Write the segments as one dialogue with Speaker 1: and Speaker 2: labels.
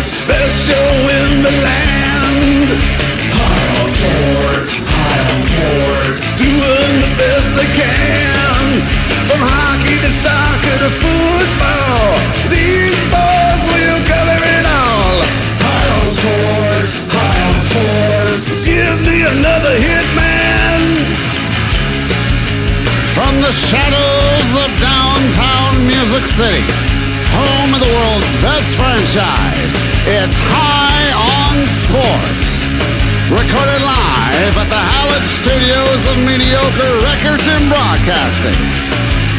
Speaker 1: special in the land. Pile force, pile force, doing the best they can. From hockey to soccer to football, these boys will cover it all. Pile force, pile force, give me another hit, man.
Speaker 2: From the shadows of downtown Music City, home of the world's best franchise, it's High on Sports. Recorded live at the Hallett Studios of Mediocre Records and Broadcasting.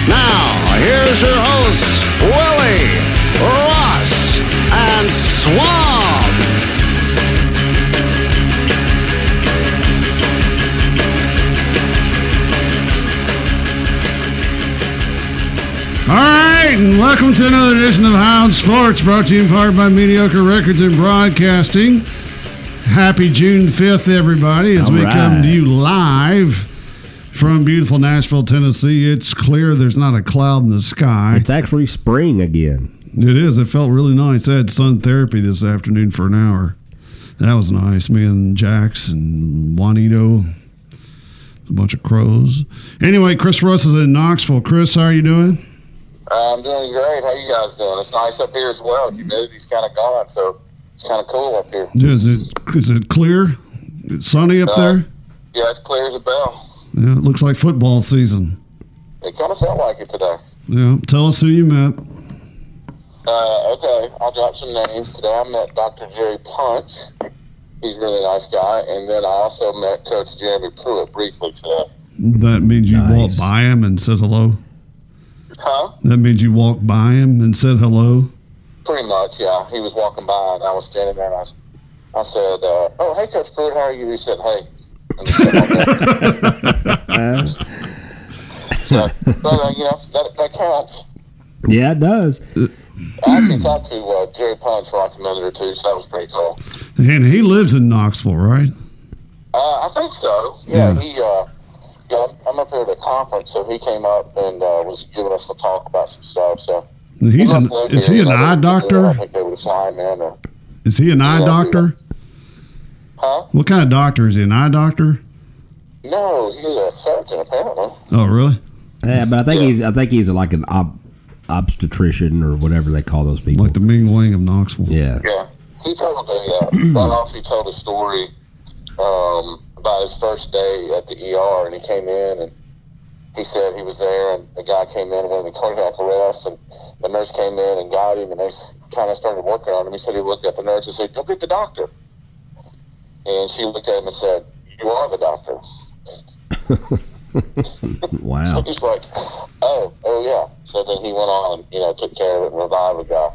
Speaker 2: Now, here's your hosts, Willie, Ross, and Swab. All right, and welcome to another edition of Hound Sports, brought to you in part by Mediocre Records and Broadcasting. Happy June 5th, everybody, as
Speaker 3: All
Speaker 2: we come to
Speaker 3: right.
Speaker 2: you live from beautiful Nashville, Tennessee. It's clear there's not a cloud in the sky.
Speaker 3: It's actually spring again.
Speaker 2: It is. It felt really nice. I had sun therapy this afternoon for an hour. That was nice. Me and Jax and Juanito, a bunch of crows. Anyway, Chris Russ is in Knoxville. Chris, how are you doing?
Speaker 4: I'm doing great. How you guys doing? It's nice up here as well. Humidity's kind of gone, so it's kind of cool up here.
Speaker 2: Is it is it clear? It's sunny up
Speaker 4: Uh,
Speaker 2: there.
Speaker 4: Yeah, it's clear as a bell.
Speaker 2: Yeah, it looks like football season.
Speaker 4: It kind of felt like it today.
Speaker 2: Yeah, tell us who you met.
Speaker 4: Uh, okay, I'll drop some names. Today I met Dr. Jerry Punch. He's a really nice guy. And then I also met Coach Jeremy Pruitt briefly today.
Speaker 2: That means you
Speaker 3: Nice.
Speaker 2: walked by him and said hello.
Speaker 4: Huh?
Speaker 2: That means you walked by him and said hello.
Speaker 4: Pretty much, yeah. He was walking by, and I was standing there, and I, s- I said, uh, "Oh, hey, Coach Pruitt, how are you?" He said, "Hey." And he said, "Okay." so, but uh, you know that, that counts.
Speaker 3: Yeah, it does.
Speaker 4: I actually talked to uh, Jerry Punch for like a minute or two, so that was pretty cool.
Speaker 2: And he lives in Knoxville, right?
Speaker 4: Uh, I think so.
Speaker 2: Hmm.
Speaker 4: Yeah, he. Uh, yeah, I'm up here at a conference, so he came up and uh, was giving us a talk about some stuff. So
Speaker 2: He's an,
Speaker 4: must live
Speaker 2: is
Speaker 4: here,
Speaker 2: he an
Speaker 4: so they-
Speaker 2: eye
Speaker 4: I don't
Speaker 2: doctor?
Speaker 4: think they would sign in, or,
Speaker 2: Is he an eye
Speaker 4: Yeah.
Speaker 2: doctor?
Speaker 4: huh?
Speaker 2: What kind of doctor is he? An eye doctor?
Speaker 4: No, he's a surgeon apparently.
Speaker 2: Oh, really?
Speaker 3: Yeah, but I think he's I think he's like an ob, obstetrician or whatever they call those people.
Speaker 2: Like the Ming Wang of Knoxville.
Speaker 3: yeah.
Speaker 4: Yeah, he told a uh, right off. He told a story um, about his first day at the ER, and he came in and he said he was there, and a guy came in with a cardiac arrest, and the nurse came in and got him, and they kind of started working on him. He said he looked at the nurse and said, "Go get the doctor," and she looked at him and said, "You are the doctor."
Speaker 3: Wow.
Speaker 4: He's like, "Oh, oh yeah." So then he went on and you know took care of it and revived the guy.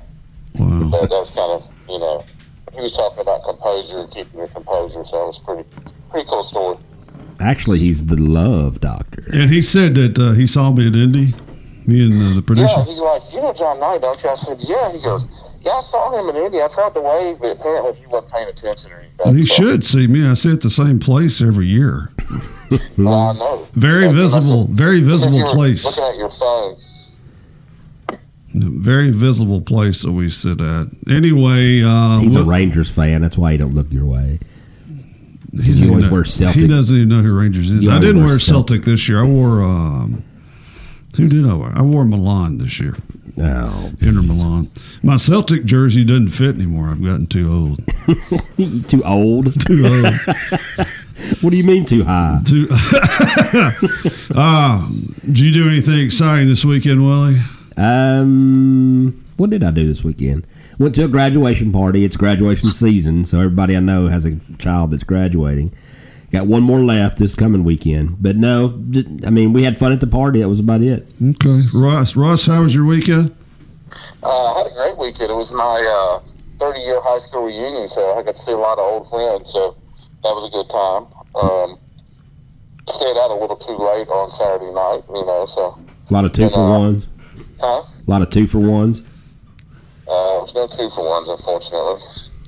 Speaker 2: Wow.
Speaker 4: that, that's kind of you know he was talking about composure and keeping your composure so it was pretty pretty cool story
Speaker 3: Actually, he's the love doctor.
Speaker 2: And he said that uh, he saw me at Indy, me and uh, the producer.
Speaker 4: yeah he's like you know john knight don't you i said yeah he goes yeah i saw him in india i tried to wave but apparently he wasn't paying attention or anything
Speaker 2: He
Speaker 4: So,
Speaker 2: should see me. I sit at the same place every year.
Speaker 4: well, i know
Speaker 2: Very
Speaker 4: Yeah, he must
Speaker 2: visible,
Speaker 4: have-
Speaker 2: very
Speaker 4: he said you
Speaker 2: visible
Speaker 4: were
Speaker 2: place.
Speaker 4: looking at your phone
Speaker 2: Very visible place that we sit at. Anyway, uh,
Speaker 3: He's a
Speaker 2: what-
Speaker 3: Rangers fan. That's why he don't look your way.
Speaker 2: he, doesn't
Speaker 3: always
Speaker 2: know-
Speaker 3: wears Celtic.
Speaker 2: he doesn't even know who Rangers is.
Speaker 3: You
Speaker 2: I
Speaker 3: only
Speaker 2: didn't
Speaker 3: wear
Speaker 2: wear Celtic this year. I wore um, who did I wear? I wore Milan this year.
Speaker 3: Oh,
Speaker 2: Inter Milan. My Celtic jersey doesn't fit anymore. I've gotten too old.
Speaker 3: you too old.
Speaker 2: Too old.
Speaker 3: What do you mean too high?
Speaker 2: too. Ah, did you do anything exciting this weekend, Willie?
Speaker 3: Um, what did I do this weekend? Went to a graduation party. It's graduation season, so everybody I know has a child that's graduating. Got one more left this coming weekend, but no, d- I mean we had fun at the party. That was about it.
Speaker 2: Okay, Ross. Ross, how was your weekend?
Speaker 4: uh, i had a great weekend it was my uh, 30 year high school reunion so i got to see a lot of old friends so that was a good time um, stayed out a little too late on saturday night you know so
Speaker 3: A lot of two for
Speaker 4: uh,
Speaker 3: ones.
Speaker 4: huh
Speaker 3: A lot of two for ones.
Speaker 4: Uh, there's no two for ones, unfortunately.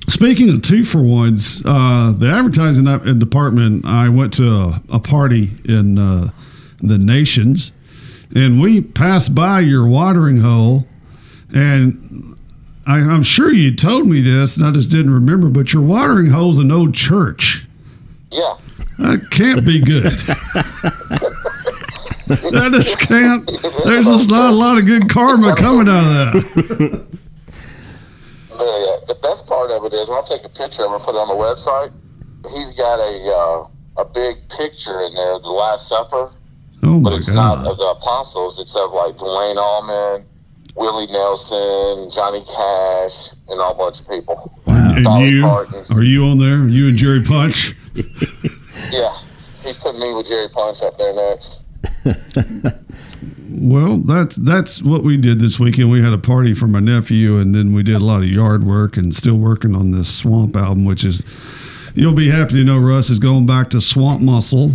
Speaker 2: Speaking of two for ones, uh, the advertising up- uh, department, I went to a, a party in uh, the Nations, and we passed by your watering hole, and I, I'm sure you told me this, and I just didn't remember. But your watering hole's an old church.
Speaker 4: Yeah.
Speaker 2: That can't be good. that just can't. There's just not a lot of good karma coming out of that.
Speaker 4: the, uh, the best part of it is when I take a picture of him and put it on the website, he's got a uh, a big picture in there of the Last Supper,
Speaker 2: Oh
Speaker 4: but
Speaker 2: my
Speaker 4: it's not
Speaker 2: god!
Speaker 4: of the apostles. It's of like Dwayne Allman, Willie Nelson, Johnny Cash, and all bunch of people.
Speaker 2: And
Speaker 4: Dolly
Speaker 2: you
Speaker 4: Parton.
Speaker 2: are you on there? You and Jerry Punch?
Speaker 4: Yeah, he's putting me with Jerry Punch up there next.
Speaker 2: Well, that's that's what we did this weekend. We had a party for my nephew, and then we did a lot of yard work, and still working on this swamp album, which is you'll be happy to know Russ is going back to swamp muscle.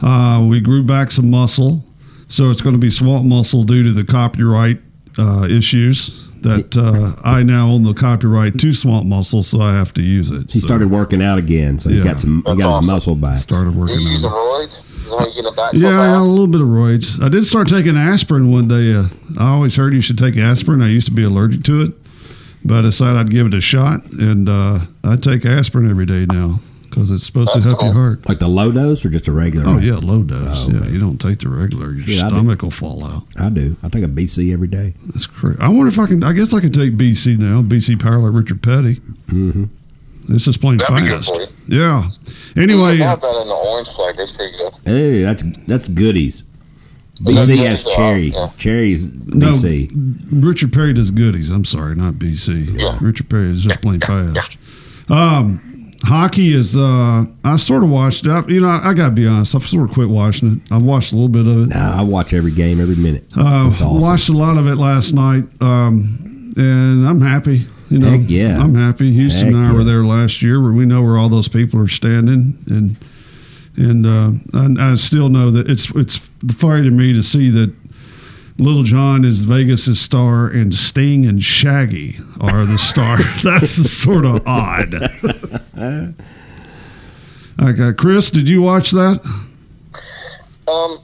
Speaker 2: Uh, we grew back some muscle, so it's going to be swamp muscle due to the copyright uh, issues that uh, I now own the copyright to swamp muscle, so I have to use it.
Speaker 3: He
Speaker 2: So,
Speaker 3: started working out again, so he
Speaker 2: Yeah.
Speaker 3: got some. He
Speaker 4: That's
Speaker 3: got his
Speaker 4: awesome.
Speaker 3: muscle back.
Speaker 2: started
Speaker 4: You
Speaker 2: working on
Speaker 4: using
Speaker 2: it.
Speaker 4: roids? Is that how you get it back so
Speaker 2: Yeah, I had a
Speaker 4: fast?
Speaker 2: little bit of roids. I did start taking aspirin one day. Uh, I always heard you should take aspirin. I used to be allergic to it, but I decided I'd give it a shot, and uh, I take aspirin every day now because it's supposed
Speaker 4: That's
Speaker 2: to help your
Speaker 4: cool.
Speaker 2: heart.
Speaker 3: Like the low dose or just a regular?
Speaker 2: Oh
Speaker 3: one?
Speaker 2: yeah, low dose. yeah, you don't take the regular, your
Speaker 3: Yeah, I do.
Speaker 2: stomach will fall out.
Speaker 3: I do. I take a BC every day.
Speaker 2: That's crazy. I wonder if I can. I guess I can take BC now. BC Power like Richard Petty. Mm-hmm. This is plain
Speaker 4: That'd be good
Speaker 2: fast.
Speaker 4: for you.
Speaker 2: Yeah.
Speaker 4: You
Speaker 2: Anyway,
Speaker 4: can have that in the orange flavor. It's pretty good.
Speaker 3: Hey, that's that's goodies.
Speaker 4: That's
Speaker 3: BC has
Speaker 4: goodies, uh,
Speaker 3: cherry.
Speaker 4: yeah.
Speaker 3: Cherries BC.
Speaker 2: Richard Perry does goodies. I'm sorry, not BC.
Speaker 4: Yeah.
Speaker 2: Richard Perry is just plain fast. Um, hockey is. Uh, I sort of watched. I, you know, I, gotta be honest. I've sort of quit watching it. I've watched a little bit of it.
Speaker 3: Nah, Uh, I watch every game every minute.
Speaker 2: Uh,
Speaker 3: It's awesome.
Speaker 2: Watched a lot of it last night, um, and I'm happy. You know,
Speaker 3: Heck yeah.
Speaker 2: I'm happy. Houston
Speaker 3: Heck
Speaker 2: and I were
Speaker 3: yeah.
Speaker 2: there last year, where we know where all those people are standing, and and uh, I, I still know that it's it's funny to me to see that Little John is Vegas' star, and Sting and Shaggy are the star. That's sort of odd. I got Chris. Did you watch that?
Speaker 4: Um,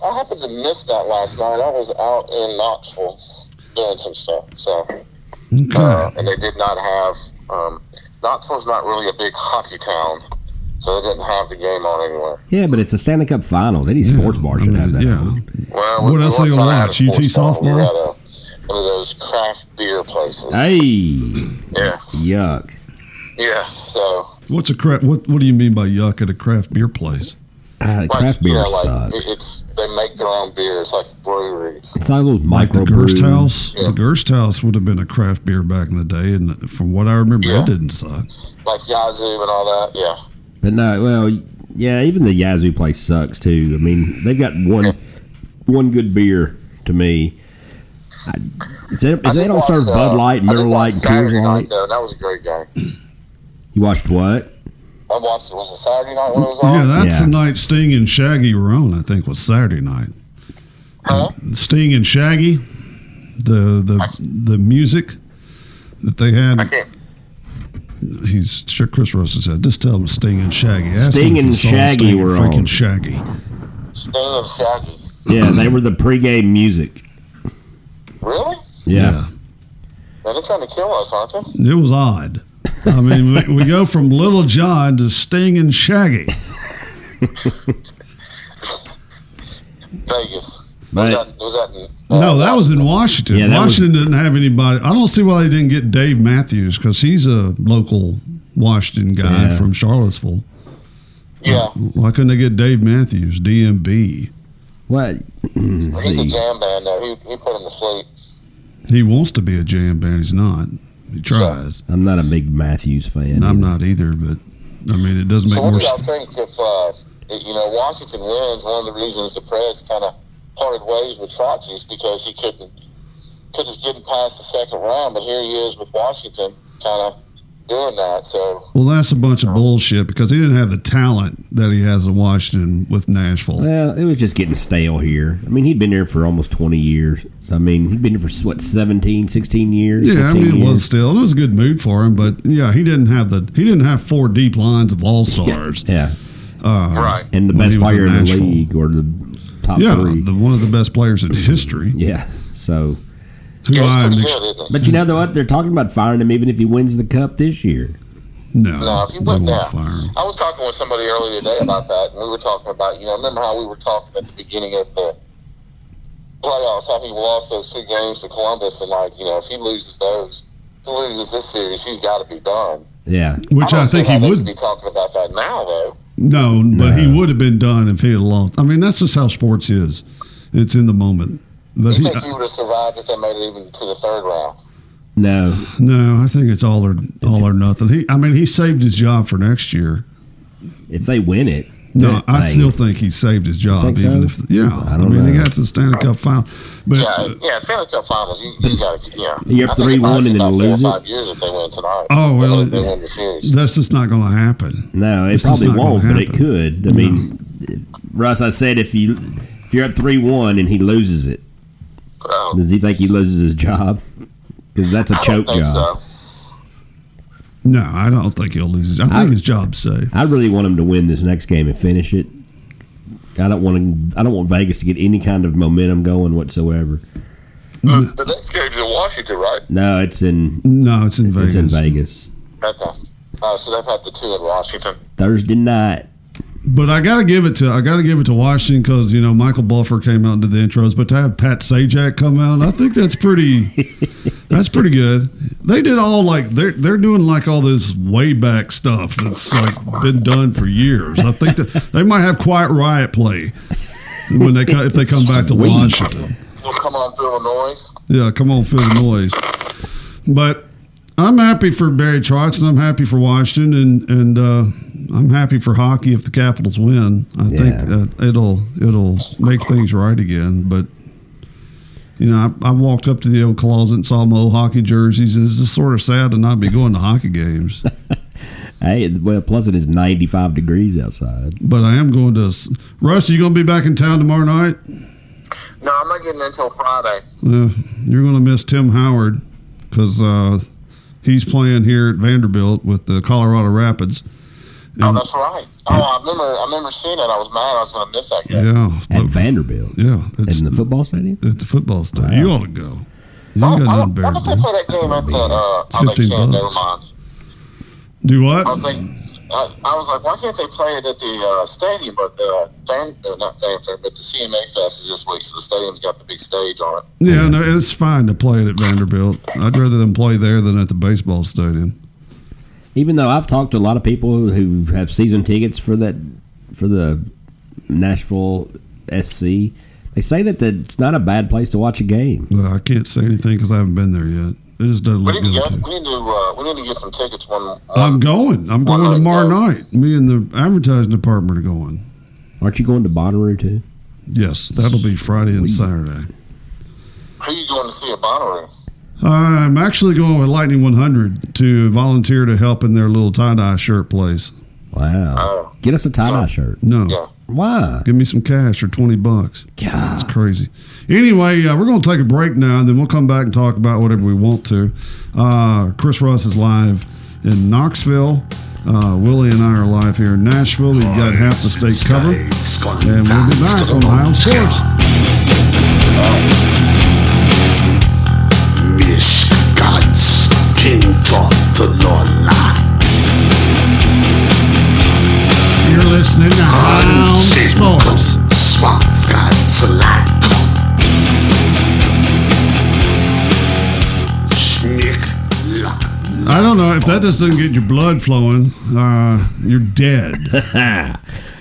Speaker 4: I happened to miss that last night. I was out in Knoxville doing some stuff. So,
Speaker 2: Okay.
Speaker 4: uh, and they did not have um, Knoxville's not really a big hockey town, so they didn't have the game on anywhere.
Speaker 3: yeah, but it's a Stanley Cup Finals. Any sports bar
Speaker 2: I
Speaker 3: should
Speaker 2: mean,
Speaker 3: have that.
Speaker 2: yeah.
Speaker 3: on.
Speaker 4: Well,
Speaker 2: What else
Speaker 4: weren't
Speaker 2: they gonna
Speaker 4: trying to
Speaker 2: watch?
Speaker 4: have a
Speaker 2: UT
Speaker 4: sports bar.
Speaker 2: softball?
Speaker 4: We got a, one of those craft beer places.
Speaker 3: Hey,
Speaker 4: Yeah,
Speaker 3: yuck.
Speaker 4: yeah. So,
Speaker 2: What's a craft? What What do you mean by yuck at a craft beer place?
Speaker 3: Ah,
Speaker 4: like,
Speaker 3: craft
Speaker 4: you
Speaker 3: beer
Speaker 4: know, like
Speaker 3: sucks.
Speaker 4: it, it's they make their own beers, like breweries.
Speaker 3: it's like a little
Speaker 2: Like the
Speaker 3: micro
Speaker 2: Gerst
Speaker 3: brew.
Speaker 2: House.
Speaker 4: Yeah.
Speaker 2: The Gerst House would have been a craft beer back in the day, and from what I remember,
Speaker 4: Yeah.
Speaker 2: it didn't suck.
Speaker 4: like Yazoo and all that. Yeah,
Speaker 3: But no, well, yeah, even the Yazoo place sucks too. I mean, they've got one one good beer to me. I, if they, if
Speaker 4: I
Speaker 3: they
Speaker 4: did
Speaker 3: don't
Speaker 4: watch,
Speaker 3: serve
Speaker 4: uh,
Speaker 3: Bud Light,
Speaker 4: I
Speaker 3: Miller
Speaker 4: did watch
Speaker 3: Light, and Coors
Speaker 4: Saturday
Speaker 3: Light,
Speaker 4: night, though, and that was a great game.
Speaker 3: you watched what?
Speaker 4: I watched it was it Saturday night when it was on.
Speaker 2: Yeah, that's
Speaker 3: Yeah.
Speaker 2: the night Sting and Shaggy were on. I think was Saturday night.
Speaker 4: Huh?
Speaker 2: Sting and Shaggy, the the the music that they
Speaker 4: I
Speaker 2: had.
Speaker 4: can't.
Speaker 2: He's sure Chris Russell said, just tell him Sting and Shaggy. Ask him if
Speaker 3: Sting
Speaker 2: he
Speaker 3: and
Speaker 2: saw
Speaker 3: Shaggy
Speaker 2: Sting and
Speaker 3: were
Speaker 2: freaking
Speaker 3: on.
Speaker 2: Shaggy.
Speaker 4: Sting and Shaggy.
Speaker 3: Yeah, they were the pregame music.
Speaker 4: Really?
Speaker 3: Yeah,
Speaker 4: Man, they're trying to kill us, aren't they?
Speaker 2: It was odd. I mean, we, we go from Little John to Sting and Shaggy.
Speaker 4: Vegas.
Speaker 3: Right.
Speaker 4: Was that, was that in, uh,
Speaker 2: No, that was in Washington.
Speaker 3: Yeah, that was-
Speaker 2: Washington didn't have anybody. I don't see why they didn't get Dave Matthews because he's a local Washington guy
Speaker 3: Yeah.
Speaker 2: from Charlottesville.
Speaker 4: Yeah,
Speaker 2: Why couldn't they get Dave Matthews, DMB?
Speaker 3: what?
Speaker 4: he's a
Speaker 3: see.
Speaker 4: jam band though. He, he put him to sleep.
Speaker 2: He wants to be a jam band. He's not. He tries.
Speaker 3: I'm not a big Matthews fan.
Speaker 2: And I'm
Speaker 3: either.
Speaker 2: not either, but I mean, it does make
Speaker 4: So what
Speaker 2: more
Speaker 4: do y'all
Speaker 2: sense.
Speaker 4: think if uh, if, you know Washington wins? One of the reasons the Preds kind of parted ways with Trotz is because he couldn't couldn't get past the second round. But here he is with Washington, kind of doing that. So
Speaker 2: Well, that's a bunch of bullshit because he didn't have the talent that he has in Washington with Nashville.
Speaker 3: Well, it was just getting stale here. I mean, he'd been there for almost 20 years. So, I mean, he'd been there for, what, 17, 16 years?
Speaker 2: Yeah, I
Speaker 3: 15
Speaker 2: mean, it
Speaker 3: years?
Speaker 2: was still it was a good mood for him, but yeah, he didn't have the he didn't have four deep lines of all stars.
Speaker 3: Yeah.
Speaker 2: Uh,
Speaker 4: right,
Speaker 3: And the
Speaker 2: When
Speaker 3: best
Speaker 2: he was in
Speaker 3: player in the
Speaker 2: Nashville.
Speaker 3: league or the top
Speaker 2: Yeah,
Speaker 3: three.
Speaker 2: the, one of the best players in history.
Speaker 3: yeah. So,
Speaker 2: Who
Speaker 4: Yeah,
Speaker 2: I'm
Speaker 4: he's pretty
Speaker 2: ex-
Speaker 4: good, isn't he?
Speaker 3: But you know the- what? They're talking about firing him even if he wins the cup this year.
Speaker 2: no,
Speaker 4: No, if you
Speaker 2: they won't
Speaker 4: went now,
Speaker 2: fire him.
Speaker 4: I was talking with somebody earlier today about that, and we were talking about, you know, remember how we were talking at the beginning of the playoffs, how he lost those two games to Columbus, and like, you know, if he loses those, if he loses this series, he's got to be done.
Speaker 3: Yeah.
Speaker 2: Which I,
Speaker 4: don't
Speaker 2: think
Speaker 4: see
Speaker 2: he
Speaker 4: how they should
Speaker 2: would.
Speaker 4: be talking about that now, though.
Speaker 2: No, but he
Speaker 3: No.
Speaker 2: would have been done if he had lost. I mean, that's just how sports is. It's in the moment. But
Speaker 4: You
Speaker 2: he, uh,
Speaker 4: think he would have survived if they made it even to the third round?
Speaker 3: No.
Speaker 2: no, I think it's all or all or nothing. He, I mean, he saved his job for next year.
Speaker 3: If they win it.
Speaker 2: No, I
Speaker 3: Dang.
Speaker 2: still think he saved his job,
Speaker 3: Think
Speaker 2: even
Speaker 3: so?
Speaker 2: if yeah.
Speaker 3: I
Speaker 2: I,
Speaker 3: don't
Speaker 2: mean, he
Speaker 3: know.
Speaker 2: got to the Stanley Cup final, but
Speaker 4: Yeah, yeah, Stanley Cup Finals. You, you got to, yeah.
Speaker 3: You're up
Speaker 4: I think
Speaker 3: 3-1
Speaker 4: it
Speaker 3: and then
Speaker 4: lasts about
Speaker 3: lose it?
Speaker 4: four or Five years if they win tonight.
Speaker 2: Oh,
Speaker 4: If they-
Speaker 2: well,
Speaker 4: if they win the series.
Speaker 2: that's just not going to happen.
Speaker 3: No, it
Speaker 2: This is
Speaker 3: probably
Speaker 2: not gonna
Speaker 3: won't, but it
Speaker 2: happen.
Speaker 3: could. I mean, Russ, I said if you if you're up three one and he loses it,
Speaker 4: Oh,
Speaker 3: does he think he loses his job? Because that's a
Speaker 4: I don't
Speaker 3: choke
Speaker 4: think
Speaker 3: job.
Speaker 4: so.
Speaker 2: No, I don't think he'll lose. His, I think
Speaker 3: I-
Speaker 2: his job's safe.
Speaker 3: I really want him to win this next game and finish it. I don't want to, I don't want Vegas to get any kind of momentum going whatsoever.
Speaker 2: Hmm.
Speaker 4: The the next game's in Washington, right?
Speaker 3: No, it's in
Speaker 2: No, it's in Vegas.
Speaker 3: it's in Vegas
Speaker 4: Okay. Uh, so they've had the two in Washington.
Speaker 3: Thursday night.
Speaker 2: But I got to give it to I got to give it to Washington because you know Michael Buffer came out and did the intros, but to have Pat Sajak come out, I think that's pretty that's pretty good. They did all like they're they're doing like all this way back stuff that's like been done for years. I think that they might have quiet riot play when they co- if they come back to Washington.
Speaker 4: We'll come on through Illinois.
Speaker 2: Yeah, come on, feel the noise. But I'm happy for Barry Trotz, and I'm happy for Washington, and and uh, I'm happy for hockey if the Capitals win. I
Speaker 3: Yeah.
Speaker 2: think uh, it'll it'll make things right again. But you know, I, I walked up to the old closet and saw my old hockey jerseys, and it's just sort of sad to not be going to hockey games.
Speaker 3: Hey, well, plus it is ninety five degrees outside.
Speaker 2: But I am going to. s- Russ, are you going to be back in town tomorrow night?
Speaker 4: No, I'm not getting in until Friday.
Speaker 2: Uh, you're going to miss Tim Howard because uh, he's playing here at Vanderbilt with the Colorado Rapids. Hmm.
Speaker 4: Oh, that's right. Oh, I remember. I remember seeing it. I was mad. I was going to miss that game.
Speaker 2: Yeah,
Speaker 3: At
Speaker 2: but-
Speaker 3: Vanderbilt,
Speaker 2: yeah, it's
Speaker 3: in the football stadium.
Speaker 2: at the football stadium. You ought to go. You
Speaker 4: Oh,
Speaker 2: ain't got
Speaker 4: I,
Speaker 2: nothing better
Speaker 4: why did
Speaker 2: to
Speaker 4: they play
Speaker 2: do.
Speaker 4: that game at the? Uh,
Speaker 2: It's
Speaker 4: oh, they
Speaker 2: 15
Speaker 4: can't. Never
Speaker 2: bucks.
Speaker 4: mind.
Speaker 2: Do
Speaker 4: I was
Speaker 2: what?
Speaker 4: thinking. I, I was like, why can't they play it at the uh, stadium? But the uh, Van, uh, not Fanfare, but the CMA Fest is this week, so the stadium's got the big stage on it.
Speaker 2: Yeah, no, it's fine to play it at Vanderbilt. I'd rather them play there than at the baseball stadium.
Speaker 3: Even though I've talked to a lot of people who have season tickets for that for the Nashville SC, they say that that it's not a bad place to watch a game.
Speaker 2: Well, I can't say anything because I haven't been there yet. It just doesn't
Speaker 4: We
Speaker 2: look
Speaker 4: need to
Speaker 2: good
Speaker 4: get.
Speaker 2: to.
Speaker 4: We need to. Uh, we need to get some tickets. um, One. one
Speaker 2: I'm going. I'm
Speaker 4: Why
Speaker 2: going
Speaker 4: not
Speaker 2: tomorrow
Speaker 4: go?
Speaker 2: night. Me and the advertising department are going.
Speaker 3: Aren't you going to Bonnaroo too?
Speaker 2: Yes, that'll be Friday and Saturday.
Speaker 4: Who you going to see at Bonnaroo?
Speaker 2: I'm actually going with Lightning 100 to volunteer to help in their little tie dye shirt place.
Speaker 3: Wow.
Speaker 4: Oh.
Speaker 3: Get us a tie dye shirt.
Speaker 2: No,
Speaker 4: Yeah.
Speaker 3: Why?
Speaker 2: give me some cash or 20 bucks.
Speaker 3: God.
Speaker 2: It's crazy. Anyway, uh, we're going to take a break now, and then we'll come back and talk about whatever we want to. Uh, Chris Russ is live in Knoxville. Uh, Willie and I are live here in Nashville. You've got half the state covered. And we'll be back on Ohio Sports.
Speaker 5: Mishk gods, king of the Lola.
Speaker 2: You're listening to Ohio Sports.
Speaker 5: Schwarzkanzlei. Schnick, luck,
Speaker 2: I don't know if that just doesn't get your blood flowing, uh, you're dead.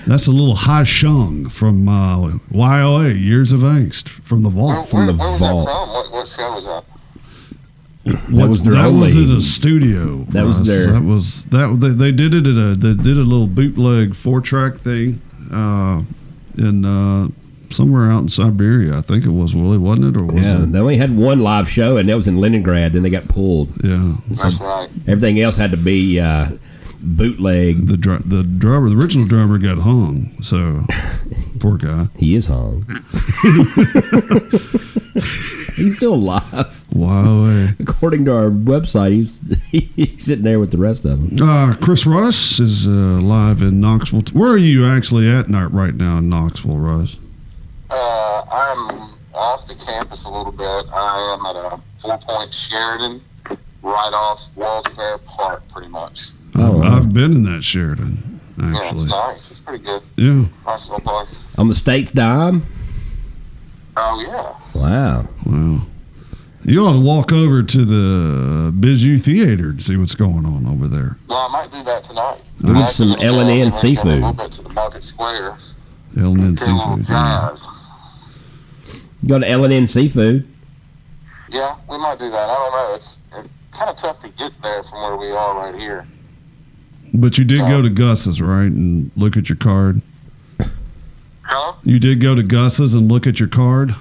Speaker 2: That's a little high shung from uh, YOA, Years of Angst, from the
Speaker 4: Where,
Speaker 2: vault.
Speaker 4: where,
Speaker 3: the
Speaker 4: where was
Speaker 3: vault.
Speaker 4: that from? What, what show was that?
Speaker 2: What-
Speaker 3: was their
Speaker 2: that was
Speaker 3: only-
Speaker 2: at a studio.
Speaker 3: That was
Speaker 2: Russ.
Speaker 3: their-
Speaker 2: That was that they, they did it at a they did a little bootleg four track thing, uh, in uh, somewhere out in Siberia. I think it was Willie, wasn't it? Or was
Speaker 3: Yeah,
Speaker 2: it?
Speaker 3: they only had one live show, and that was in Leningrad. Then they got pulled.
Speaker 2: Yeah,
Speaker 4: That's right.
Speaker 3: Everything else had to be uh, bootleg.
Speaker 2: the dr- the drummer, the original drummer, got hung. So poor guy.
Speaker 3: He is hung. he's still alive,
Speaker 2: YOA.
Speaker 3: according to our website. He's he's sitting there with the rest of them.
Speaker 2: Uh, Chris Russ is uh, live in Knoxville. Where are you actually at night right now in Knoxville, Russ?
Speaker 4: Uh, I'm off the campus a little bit, I am at a Four Point Sheridan, right off World Fair Park, pretty much.
Speaker 2: I've, I've been in that Sheridan,
Speaker 4: Yeah, it's
Speaker 2: actually.
Speaker 4: nice. It's pretty good.
Speaker 2: Yeah.
Speaker 4: Nice little place.
Speaker 3: On the state's dime?
Speaker 4: Oh yeah.
Speaker 3: Wow.
Speaker 2: Wow. You ought to walk over to the Bijou Theater and see what's going on over there.
Speaker 4: Well, I might do that tonight.
Speaker 3: We'll
Speaker 4: I'm
Speaker 3: get some
Speaker 4: actually gonna go over and go A
Speaker 3: L&N
Speaker 4: little
Speaker 3: seafood.
Speaker 4: bit to the Market Square.
Speaker 2: Ellen and
Speaker 4: Get a little
Speaker 2: Seafood. yeah.
Speaker 4: jazz.
Speaker 3: Go to L and N Seafood.
Speaker 4: Yeah, we might do that. I don't know. It's, it's kind of tough to get there from where we are right here.
Speaker 2: But you did go to Gus's, right? And look at your card.
Speaker 4: Huh?
Speaker 2: You did go to Gus's and look at your card.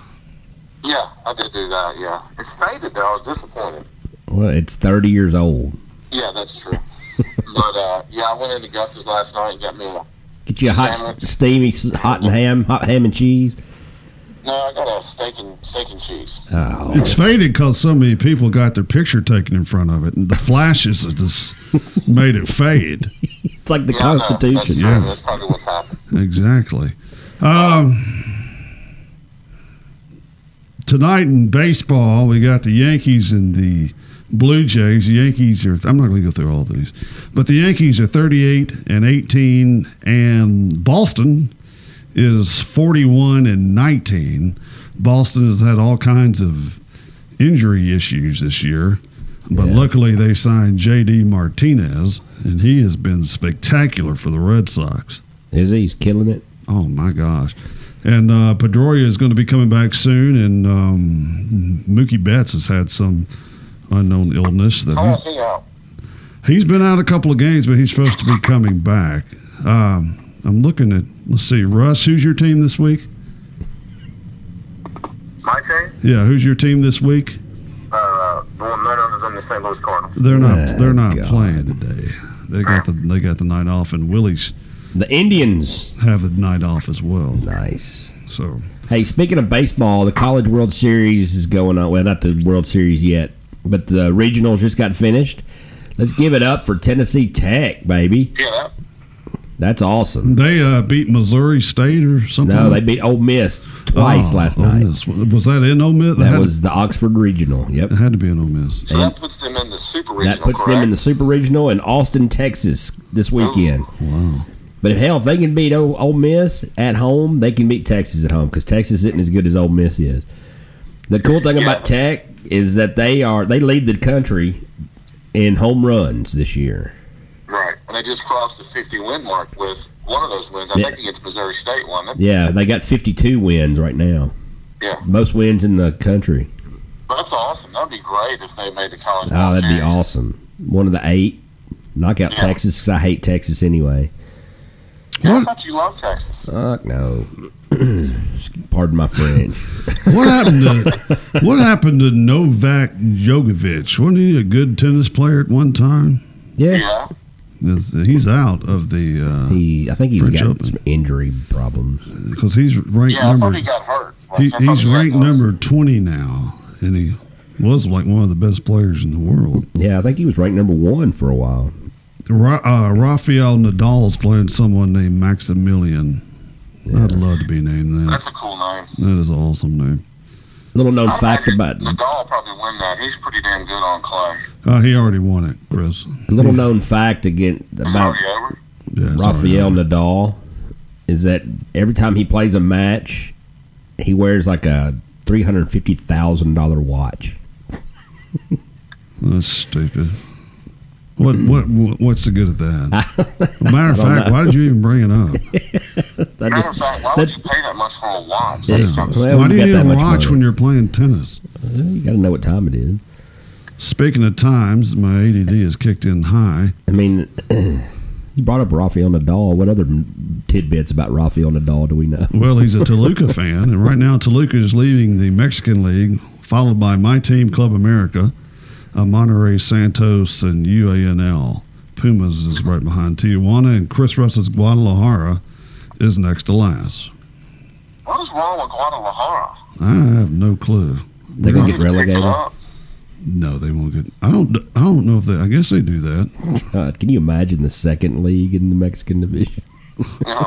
Speaker 4: Yeah, I did do that. Yeah, it's faded though. I was disappointed.
Speaker 3: Well, it's thirty years old.
Speaker 4: Yeah, that's true. but uh, yeah, I went into Gus's last night and got me a
Speaker 3: Get you a hot,
Speaker 4: Sandwich.
Speaker 3: steamy, s- hot and ham, hot ham and cheese.
Speaker 4: no. I got a steak and steak and cheese.
Speaker 3: Oh,
Speaker 2: It's faded because so many people got their picture taken in front of it, and the flashes have just made it fade.
Speaker 3: it's like the
Speaker 4: Yeah, I know.
Speaker 3: Constitution.
Speaker 4: That's,
Speaker 2: yeah.
Speaker 4: that's probably what's happened.
Speaker 2: Exactly. Um, tonight in baseball, we got the Yankees and the Blue Jays. The Yankees are, I'm not going to go through all these, but the Yankees are 38 and 18, and Boston is 41 and 19. Boston has had all kinds of injury issues this year, but
Speaker 3: Yeah.
Speaker 2: luckily they signed J.D. Martinez, and he has been spectacular for the Red Sox.
Speaker 3: Is he? He's killing it.
Speaker 2: Oh my gosh! And uh, Pedroia is going to be coming back soon, and um, Mookie Betts has had some unknown illness that
Speaker 4: How
Speaker 2: he's,
Speaker 4: was he out?
Speaker 2: he's been out a couple of games, but he's supposed to be coming back. Um, I'm looking at let's see, Russ, who's your team this week?
Speaker 4: My team?
Speaker 2: Yeah, who's your team this week?
Speaker 4: Uh, well, none other than the St. Louis Cardinals.
Speaker 2: They're not
Speaker 3: Oh,
Speaker 2: they're not
Speaker 3: God.
Speaker 2: playing today. They got the they got the night off, and Willie's
Speaker 3: The Indians.
Speaker 2: have the night off as well.
Speaker 3: Nice.
Speaker 2: So
Speaker 3: Hey, speaking of baseball, the College World Series is going on. Well, not the World Series yet, but the regionals just got finished. Let's give it up for Tennessee Tech, baby.
Speaker 4: Yeah, that,
Speaker 3: That's awesome.
Speaker 2: they uh, beat Missouri State or something.
Speaker 3: No, they beat Ole Miss twice
Speaker 2: Oh,
Speaker 3: last
Speaker 2: Ole
Speaker 3: night.
Speaker 2: Miss. Was that in Ole Miss?
Speaker 3: That
Speaker 2: Had-
Speaker 3: was the Oxford Regional. Yep.
Speaker 2: It had to be an Ole Miss.
Speaker 4: so
Speaker 3: And-
Speaker 4: that puts them in the Super
Speaker 3: That
Speaker 4: Regional,
Speaker 3: puts
Speaker 4: correct?
Speaker 3: them in the Super Regional in Austin, Texas this weekend.
Speaker 2: Wow.
Speaker 3: But hell, if they can beat Ole, Ole Miss at home, they can beat Texas at home because Texas isn't as good as Ole Miss is. The cool thing about Tech is that they are they lead the country in home runs this year.
Speaker 4: Right, and they just crossed the 50 win mark with one of those wins. I
Speaker 3: Yeah.
Speaker 4: think against Missouri State, wasn't it?
Speaker 3: Yeah, they got 52 wins right now,
Speaker 4: Yeah,
Speaker 3: most wins in the country.
Speaker 4: that's awesome. That'd be great if they made the college.
Speaker 3: Oh,
Speaker 4: World
Speaker 3: that'd be
Speaker 4: Series.
Speaker 3: awesome. One of the eight. Knock out
Speaker 4: Yeah.
Speaker 3: Texas because I hate Texas anyway.
Speaker 4: Yeah, I
Speaker 2: What?
Speaker 4: thought you loved Texas.
Speaker 3: Fuck no. Pardon my French.
Speaker 2: What happened to What happened to Novak Djokovic? Wasn't he a good tennis player at one time?
Speaker 3: Yeah.
Speaker 4: Yeah,
Speaker 2: Is- He's out of the uh,
Speaker 3: He, I think he's
Speaker 2: French
Speaker 3: got
Speaker 2: Open.
Speaker 3: some injury problems.
Speaker 2: because he's ranked
Speaker 4: yeah. I
Speaker 2: number
Speaker 4: thought he got hurt. Like,
Speaker 2: he,
Speaker 4: I thought
Speaker 2: he's
Speaker 4: got
Speaker 2: ranked
Speaker 4: hurt.
Speaker 2: number twenty now, and he was like one of the best players in the world.
Speaker 3: Yeah, I think he was ranked number one for a while.
Speaker 2: Ra- uh, Rafael Nadal's playing someone named Maximilian. I'd love to be named that.
Speaker 4: That's a cool name.
Speaker 2: That is an awesome name.
Speaker 3: Little known
Speaker 4: I
Speaker 3: fact
Speaker 4: think
Speaker 3: about
Speaker 4: Nadal probably win that. He's pretty damn good on clay.
Speaker 2: Uh, he already won it, Chris.
Speaker 3: little known fact again
Speaker 4: It's
Speaker 3: about
Speaker 4: already over.
Speaker 2: Yeah, it's
Speaker 3: Rafael
Speaker 2: already-
Speaker 3: Nadal is that every time he plays a match, he wears like a three hundred fifty thousand dollar watch.
Speaker 2: That's stupid. What what what- what's the good of that? Matter of fact, why did you even bring it up?
Speaker 3: That
Speaker 4: Matter of
Speaker 3: just,
Speaker 4: fact, why would you
Speaker 3: that's-
Speaker 4: pay that much for a watch?
Speaker 3: Yeah.
Speaker 4: That's kind of
Speaker 3: Well,
Speaker 4: stupid.
Speaker 3: when
Speaker 2: why
Speaker 3: you
Speaker 2: do you
Speaker 3: got
Speaker 2: need
Speaker 3: that
Speaker 2: a
Speaker 3: much
Speaker 2: watch
Speaker 3: money.
Speaker 2: when you're playing tennis?
Speaker 3: you got to know what time it is.
Speaker 2: Speaking of times, my ADD is kicked in high.
Speaker 3: I mean, you brought up Rafael Nadal. What other tidbits about Rafael Nadal do we know?
Speaker 2: Well, he's a Toluca fan, and right now Toluca is leading the Mexican League, followed by my team, Club America, uh, Monterrey Santos, and UANL. Pumas is right behind Tijuana, and Chris Russell's Guadalajara is next to last.
Speaker 4: What is wrong with Guadalajara?
Speaker 2: I have no clue.
Speaker 3: They're gonna get relegated.
Speaker 4: Up.
Speaker 2: No, they won't get. I don't. I don't know if they. I guess they do that.
Speaker 3: God, can you imagine the second league in the Mexican division?
Speaker 4: Yeah.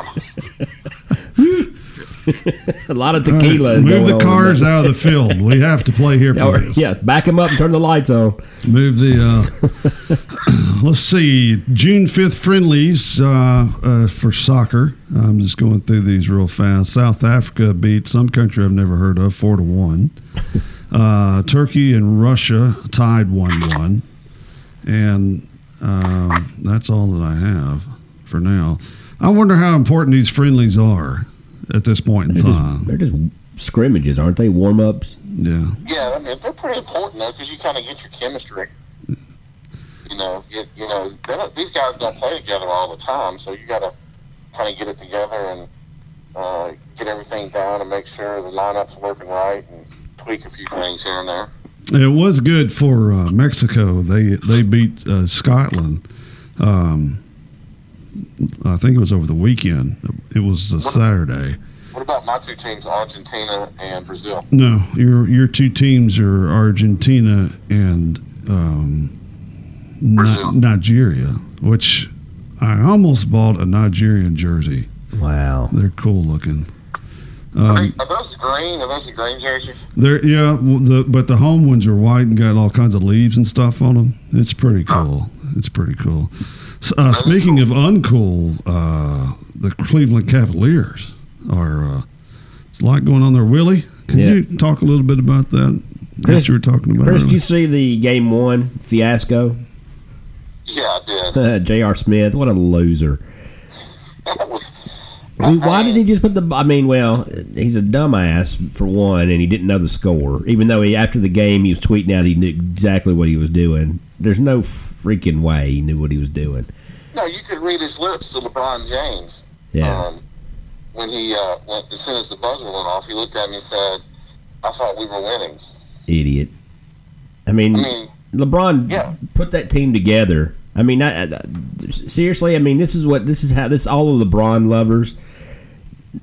Speaker 3: a lot of
Speaker 2: All right,
Speaker 3: tequila.
Speaker 2: move
Speaker 3: going
Speaker 2: the
Speaker 3: on.
Speaker 2: cars out of the field. We have to play here,
Speaker 3: Yeah, or-
Speaker 2: please.
Speaker 3: yeah, back them up and turn the lights on.
Speaker 2: Move the. Uh, let's see, June fifth friendlies uh, uh, for soccer. I'm just going through these real fast. South Africa beat some country I've never heard of four to one. Uh, Turkey and Russia tied one one, and um, that's all that I have for now. I wonder how important these friendlies are at this point in
Speaker 3: They're just,
Speaker 2: time.
Speaker 3: they're just scrimmages, aren't they? Warm ups.
Speaker 2: Yeah.
Speaker 4: Yeah, I mean they're pretty important though because you kind of get your chemistry. You know, get, you know they don't, these guys don't play together all the time, so you got to kind of get it together and uh, get everything down and make sure the lineup's working right and tweak a few things here and there.
Speaker 2: It was good for uh, Mexico. They they beat uh, Scotland. Um, I think it was over the weekend. It was a Saturday.
Speaker 4: What about my two teams, Argentina and Brazil?
Speaker 2: No, your your two teams are Argentina and um, Ni-
Speaker 4: Brazil.
Speaker 2: Nigeria, which I almost bought a Nigerian jersey.
Speaker 3: Wow.
Speaker 2: They're cool looking.
Speaker 4: are, they, are those green? Are those the green jerseys?
Speaker 2: They're yeah, well, the but the home ones are white and got all kinds of leaves and stuff on them. It's pretty cool. It's pretty cool. S- Uh, speaking of uncool, uh, the Cleveland Cavaliers are. Uh, it's a lot going on there. Willie, can
Speaker 3: Yeah.
Speaker 2: you talk a little bit about that?
Speaker 3: Chris-
Speaker 2: what you were talking about.
Speaker 3: Chris,
Speaker 2: earlier?
Speaker 3: did you see the game one fiasco?
Speaker 4: Yeah, I did.
Speaker 3: J.R. Smith, what a loser.
Speaker 4: That was.
Speaker 3: I mean, why did he just put the? I mean, well, he's a dumbass for one, and he didn't know the score. Even though he, after the game, he was tweeting out he knew exactly what he was doing. There's no freaking way he knew what he was doing.
Speaker 4: No, you could read his lips to LeBron James.
Speaker 3: Yeah,
Speaker 4: Um, when he, uh, went, as soon as the buzzer went off, he looked at me and said, "I thought we were winning."
Speaker 3: idiot. I mean,
Speaker 4: I mean,
Speaker 3: LeBron
Speaker 4: Yeah.
Speaker 3: put that team together. I mean, I, I, seriously, I mean, this is what this is how this all of LeBron lovers.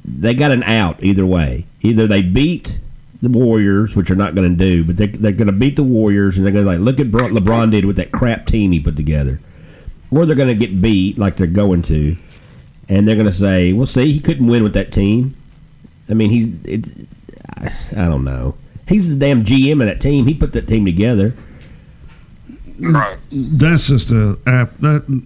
Speaker 3: They got an out either way. Either they beat the Warriors, which are not going to do, but they, they're going to beat the Warriors, and they're going to like look at what LeBron did with that crap team he put together, or they're going to get beat like they're going to, and they're going to say, "Well, see, he couldn't win with that team." I mean, he's it's, I, I don't know. He's the damn GM of that team. He put that team together.
Speaker 4: right.
Speaker 2: That's just a app that.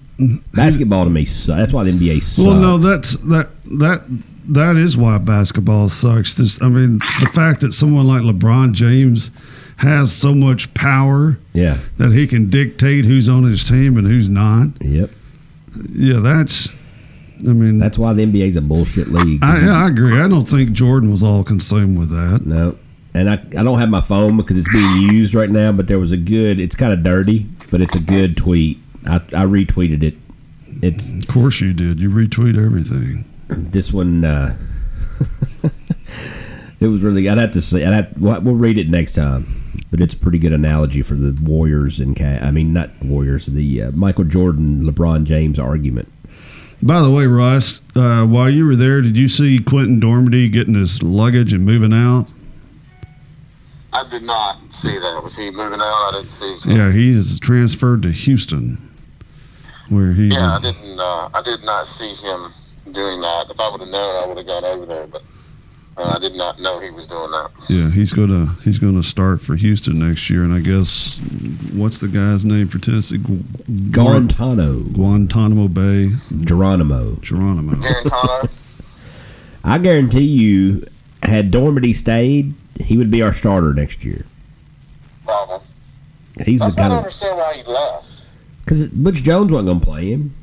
Speaker 3: Basketball to me, sucks. that's why the NBA sucks.
Speaker 2: Well, no, that's that that that is why basketball sucks. This, I mean, the fact that someone like LeBron James has so much power.
Speaker 3: yeah,
Speaker 2: that he can dictate who's on his team and who's not.
Speaker 3: yep.
Speaker 2: Yeah, that's. I mean,
Speaker 3: That's why the NBA's a bullshit league.
Speaker 2: I, yeah, I agree. I don't think Jordan was all consumed with that.
Speaker 3: no, and I, I don't have my phone because it's being used right now. But there was a good. It's kind of dirty, but it's a good tweet. I, I retweeted it. It's
Speaker 2: Of course, you did. You retweet everything.
Speaker 3: this one. Uh, it was really. I'd have to say. I'd have, we'll, we'll read it next time. But it's a pretty good analogy for the Warriors and Ca- I mean not Warriors. The uh, Michael Jordan, LeBron James argument.
Speaker 2: By the way, Russ, uh, while you were there, did you see Quentin Dormady getting his luggage and moving out?
Speaker 4: I did not see that. Was he moving out? I didn't see.
Speaker 2: Yeah, he is transferred to Houston, where he.
Speaker 4: Yeah, I didn't. Uh, I did not see him doing that. If I would have known, I would have gone over there. But uh, I did not know he was doing that.
Speaker 2: Yeah, he's gonna he's gonna start for Houston next year, and I guess what's the guy's name for Tennessee? Gu-
Speaker 3: Garantano,
Speaker 2: Guantanamo Bay,
Speaker 3: Geronimo.
Speaker 2: Geronimo.
Speaker 4: Darren Connor,
Speaker 3: I guarantee you, had Dormady stayed, he would be our starter next year.
Speaker 4: problem.
Speaker 3: He's
Speaker 4: I
Speaker 3: the
Speaker 4: just don't
Speaker 3: kind of
Speaker 4: understand why he left.
Speaker 3: because Butch Jones wasn't going to play him.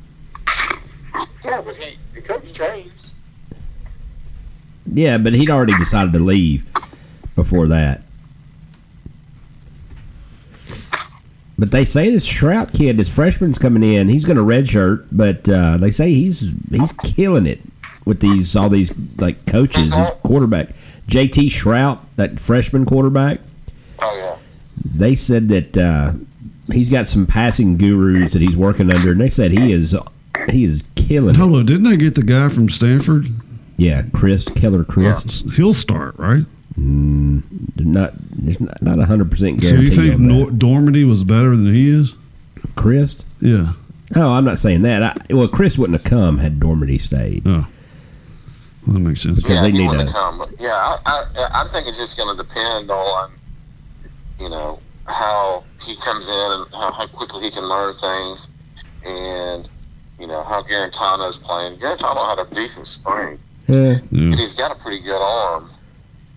Speaker 4: Yeah, but he the coach changed.
Speaker 3: Yeah, but he'd already decided to leave before that. But they say this Shrout kid, this freshman's coming in. He's going to redshirt, but uh, they say he's he's killing it with these all these like coaches, this quarterback JT Shrout, that freshman quarterback.
Speaker 4: Oh yeah.
Speaker 3: they said that uh, he's got some passing gurus that he's working under, and they said he is he is killing. It.
Speaker 2: Hold on, didn't they get the guy from Stanford?
Speaker 3: Yeah, Chris Keller, Chris,
Speaker 2: He'll start, right?
Speaker 3: not there's not not hundred percent
Speaker 2: So you
Speaker 3: guarantee
Speaker 2: think
Speaker 3: on
Speaker 2: Nor-
Speaker 3: that.
Speaker 2: Dormady was better than he is?
Speaker 3: Chris?
Speaker 2: Yeah.
Speaker 3: Oh, I'm not saying that. I, well, Chris wouldn't have come had Dormady stayed.
Speaker 2: Oh. Well, that makes sense.
Speaker 3: because
Speaker 4: yeah,
Speaker 3: they
Speaker 4: he
Speaker 3: need
Speaker 4: wouldn't
Speaker 3: to-
Speaker 4: have come. But Yeah, I, I, I think it's just going to depend on, you know, how he comes in and how, how quickly he can learn things, and you know how Garantano's playing. Garantano had a decent spring,
Speaker 3: Yeah.
Speaker 2: Yeah.
Speaker 4: and he's got a pretty good arm.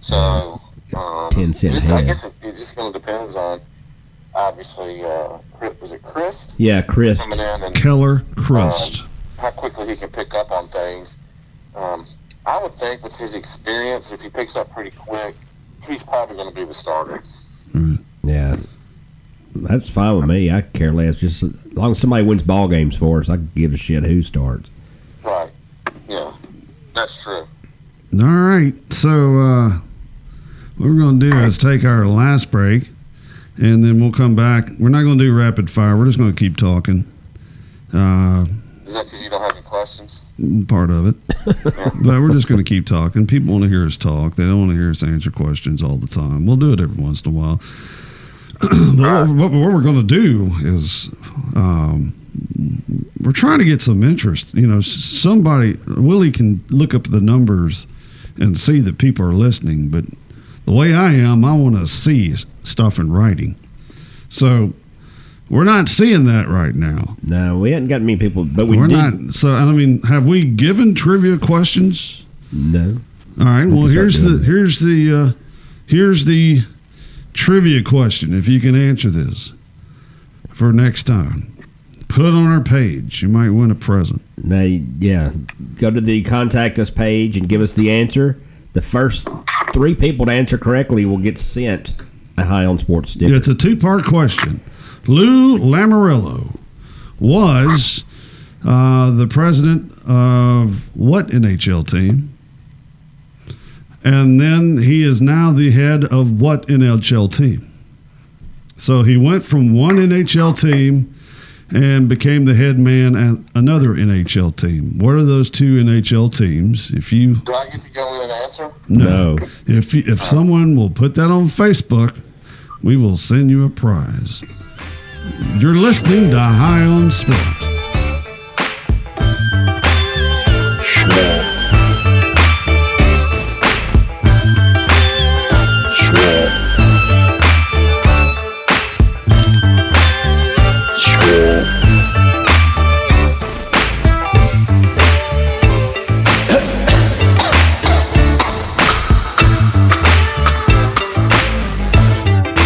Speaker 4: So, um,
Speaker 3: Ten cent
Speaker 4: just, I
Speaker 3: hand.
Speaker 4: guess it, it just kind of depends on, obviously, uh, Chris- is it Chris
Speaker 3: Yeah, Chris.
Speaker 4: coming in and
Speaker 2: Keller Crust.
Speaker 4: how quickly he can pick up on things. Um, I would think with his experience, if he picks up pretty quick, he's probably going to be the starter.
Speaker 3: Yeah. That's fine with me. I care less. Just as long as somebody wins ball games for us, I can give a shit who starts.
Speaker 4: Right. Yeah. That's true.
Speaker 2: All right. So, uh, what we're going to do is take our last break and then we'll come back. We're not going to do rapid fire. We're just going to keep talking. Uh,
Speaker 4: Is that because you don't have any questions?
Speaker 2: part of it. but we're just going to keep talking. People want to hear us talk. They don't want to hear us answer questions all the time. We'll do it every once in a while. but what, what we're going to do is um, we're trying to get some interest. You know, s- somebody, Willie can look up the numbers and see that people are listening. But the way I am, I want to see s- stuff in writing. So we're not seeing that right now.
Speaker 3: No, we hadn't got many people, but we
Speaker 2: We're
Speaker 3: did.
Speaker 2: not. So I mean, have we given trivia questions?
Speaker 3: No.
Speaker 2: All right. Well,
Speaker 3: can start
Speaker 2: here's
Speaker 3: doing
Speaker 2: the
Speaker 3: that.
Speaker 2: here's the uh, here's the trivia question. If you can answer this for next time, put it on our page. You might win a present.
Speaker 3: They, yeah, go to the contact us page and give us the answer. The first three people to answer correctly will get sent a high on sports sticker.
Speaker 2: It's a two part question. Lou Lamarillo was uh, the president of what NHL team? And then he is now the head of what NHL team? So he went from one NHL team and became the head man at another NHL team. What are those two NHL teams? If you
Speaker 4: Do I get to go with an answer?
Speaker 3: No.
Speaker 2: if you, if someone will put that on Facebook, we will send you a prize. You're listening to High on Sport.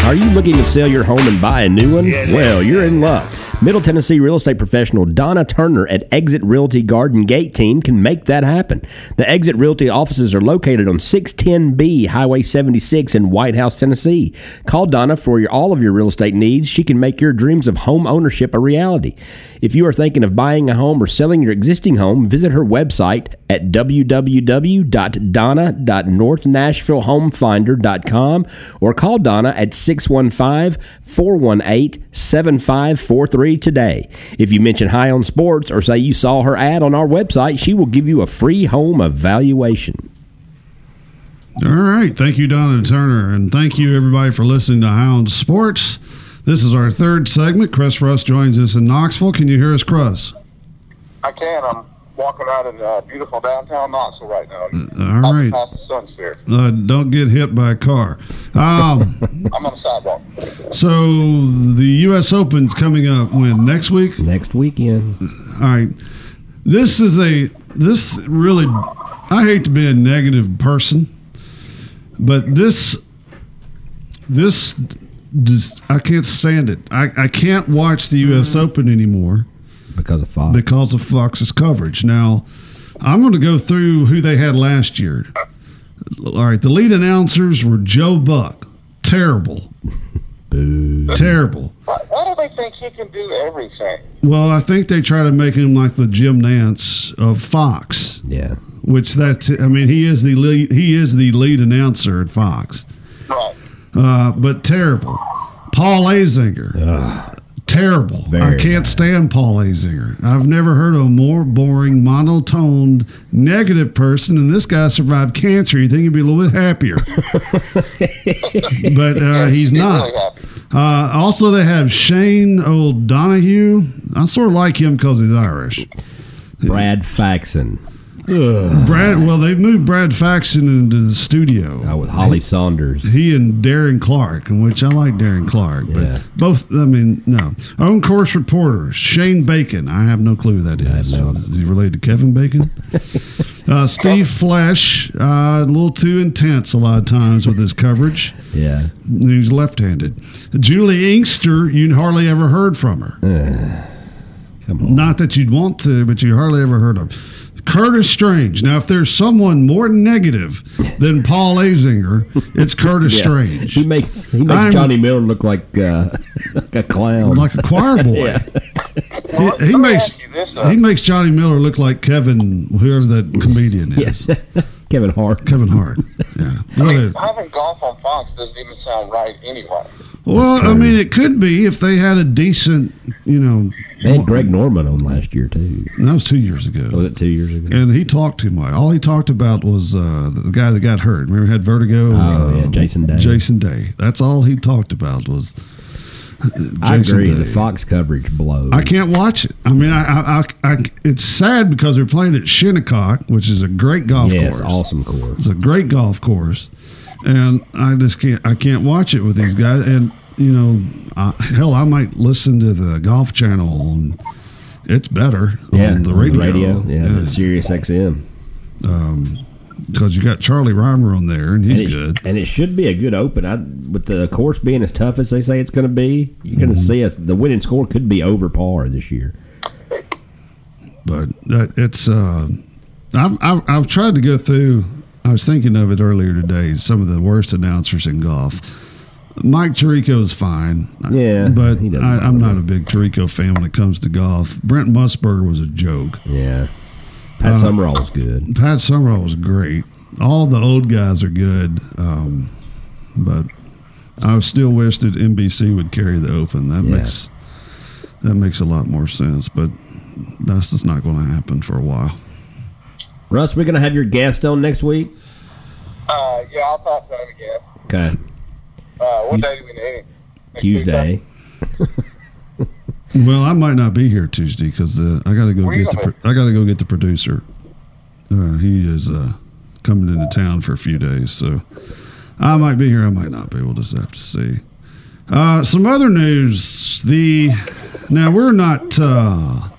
Speaker 3: Are you looking to sell your home and buy a new one? well, you're in luck. Middle Tennessee real estate professional Donna Turner at Exit Realty Garden Gate team can make that happen. The Exit Realty offices are located on 610B Highway 76 in White House, Tennessee. Call Donna for your, all of your real estate needs. She can make your dreams of home ownership a reality. If you are thinking of buying a home or selling your existing home, visit her website at www.donna.northnashvillehomefinder.com or call Donna at 615-418-7543 today. If you mention High on Sports or say you saw her ad on our website, she will give you a free home evaluation.
Speaker 2: All right. Thank you, Donna Turner. And thank you, everybody, for listening to High on Sports. This is our third segment. Chris Russ joins us in Knoxville. Can you hear us, Chris?
Speaker 4: I can. I'm walking out in uh, beautiful downtown Knoxville right now.
Speaker 2: All right.
Speaker 4: Past the sunsphere.
Speaker 2: Uh, don't get hit by a car. Um,
Speaker 4: I'm on the sidewalk.
Speaker 2: so the U.S. Open's coming up when next week.
Speaker 3: Next weekend.
Speaker 2: All right. This is a this really I hate to be a negative person, but this this just I can't stand it. I, I can't watch the US Open anymore
Speaker 3: Because of Fox.
Speaker 2: because of Fox's coverage. Now, I'm going to go through who they had last year. All right, the lead announcers were Joe Buck. Terrible. Terrible.
Speaker 4: Why, why do they think he can do everything?
Speaker 2: Well, I think they try to make him like the Jim Nance of Fox.
Speaker 3: yeah.
Speaker 2: which that's I mean he is the lead he is the lead announcer at Fox,
Speaker 4: Right.
Speaker 2: uh, but terrible. Paul Azinger, terrible. I
Speaker 3: Very
Speaker 2: can't stand Paul Azinger. I've never heard a more boring, monotoned, negative person. And this guy survived cancer. You think he'd be a little bit happier, but uh, he's not.
Speaker 4: Really happy.
Speaker 2: Uh, also, they have Shane O'Donohue. I sort of like him because he's Irish.
Speaker 3: Brad Faxon.
Speaker 2: Brad. Well, they moved Brad Faxon into the studio.
Speaker 3: Oh, with Holly Saunders.
Speaker 2: he and Darren Clark, in which I like Darren Clark, but
Speaker 3: Yeah.
Speaker 2: both, I mean, no. On course reporter, Shane Bacon. I have no clue who that is. Is he related to Kevin Bacon? uh, Steve Flesh, uh, a little too intense a lot of times with his coverage.
Speaker 3: Yeah.
Speaker 2: He's left handed. Julie Inkster, you hardly ever heard from her.
Speaker 3: Come on.
Speaker 2: Not that you'd want to, but you hardly ever heard of. Curtis Strange. Now, if there's someone more negative than Paul Azinger, it's Curtis
Speaker 3: Yeah.
Speaker 2: Strange.
Speaker 3: He makes he makes
Speaker 2: I'm-
Speaker 3: Johnny Miller look like uh, like a clown.
Speaker 2: like a choir boy. He, he
Speaker 4: Let me
Speaker 2: makes
Speaker 4: ask you this, though.
Speaker 2: he makes Johnny Miller look like Kevin, whoever that comedian is,
Speaker 3: Kevin Hart.
Speaker 2: Kevin Hart. Yeah. Go ahead.
Speaker 4: Having golf on Fox doesn't even sound right anyway.
Speaker 2: Well, I mean, it could be if they had a decent, you know.
Speaker 3: They had Greg Oh, Norman on last year too.
Speaker 2: That was two years ago,
Speaker 3: Was it two years ago?
Speaker 2: and he talked too much. All he talked about was uh, the guy that got hurt. Remember, he had vertigo.
Speaker 3: Oh, yeah,
Speaker 2: Um,
Speaker 3: Jason Day.
Speaker 2: Jason Day. That's all he talked about was. uh,
Speaker 3: I
Speaker 2: Jason
Speaker 3: agree. The
Speaker 2: Day.
Speaker 3: Fox coverage blows.
Speaker 2: I can't watch it. I mean, I, I, I, I, it's sad because they're playing at Shinnecock, which is a great golf
Speaker 3: yeah,
Speaker 2: course.
Speaker 3: it's awesome course.
Speaker 2: It's a great golf course, and I just can't. I can't watch it with these guys. And you know, I, hell, I might listen to the Golf Channel. On, it's better
Speaker 3: Yeah,
Speaker 2: on the radio.
Speaker 3: Yeah, the Sirius XM.
Speaker 2: because you got Charlie Reimer on there, and he's
Speaker 3: and it,
Speaker 2: good.
Speaker 3: And it should be a good open. I, with the course being as tough as they say it's going to be, you're
Speaker 2: Mm-hmm.
Speaker 3: going to see us. The winning score could be over par this year.
Speaker 2: but that, it's uh, I've, I've I've tried to go through. I was thinking of it earlier today. Some of the worst announcers in golf. Mike Tirico is fine.
Speaker 3: Yeah,
Speaker 2: but
Speaker 3: he doesn't
Speaker 2: I, I'm
Speaker 3: bother
Speaker 2: not a big Tirico fan when it comes to golf. Brent Musburger was a joke.
Speaker 3: Yeah.
Speaker 2: Uh,
Speaker 3: Pat Summerall is good.
Speaker 2: Pat Summerall was great. All the old guys are good, um, but I still wish that NBC would carry the Open. That
Speaker 3: Yeah.
Speaker 2: makes that makes a lot more sense, but that's just not going to happen for a while.
Speaker 3: Russ, we're going to have your guest on next week.
Speaker 4: Uh, yeah, I'll talk to him again.
Speaker 3: Okay.
Speaker 4: Uh, what day do we need? him? Next
Speaker 3: Tuesday.
Speaker 2: Well, I might not be here Tuesday because uh, I got to go
Speaker 4: Where you
Speaker 2: get the
Speaker 4: going?
Speaker 2: pro- I got to go get the producer. Uh, he is uh, coming into town for a few days, so I might be here. I might not be. We'll just have to see. Uh, some other news. The now we're not. Uh,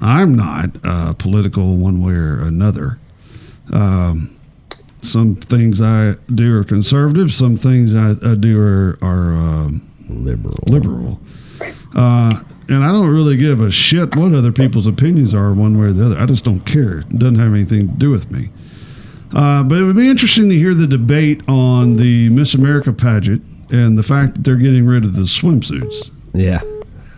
Speaker 2: I'm not uh, political one way or another. Um, some things I do are conservative. Some things I, I do are are. um
Speaker 3: Liberal.
Speaker 2: liberal. Uh, and I don't really give a shit what other people's opinions are, one way or the other. I just don't care. It doesn't have anything to do with me. Uh, but it would be interesting to hear the debate on the Miss America pageant and the fact that they're getting rid of the swimsuits.
Speaker 3: Yeah.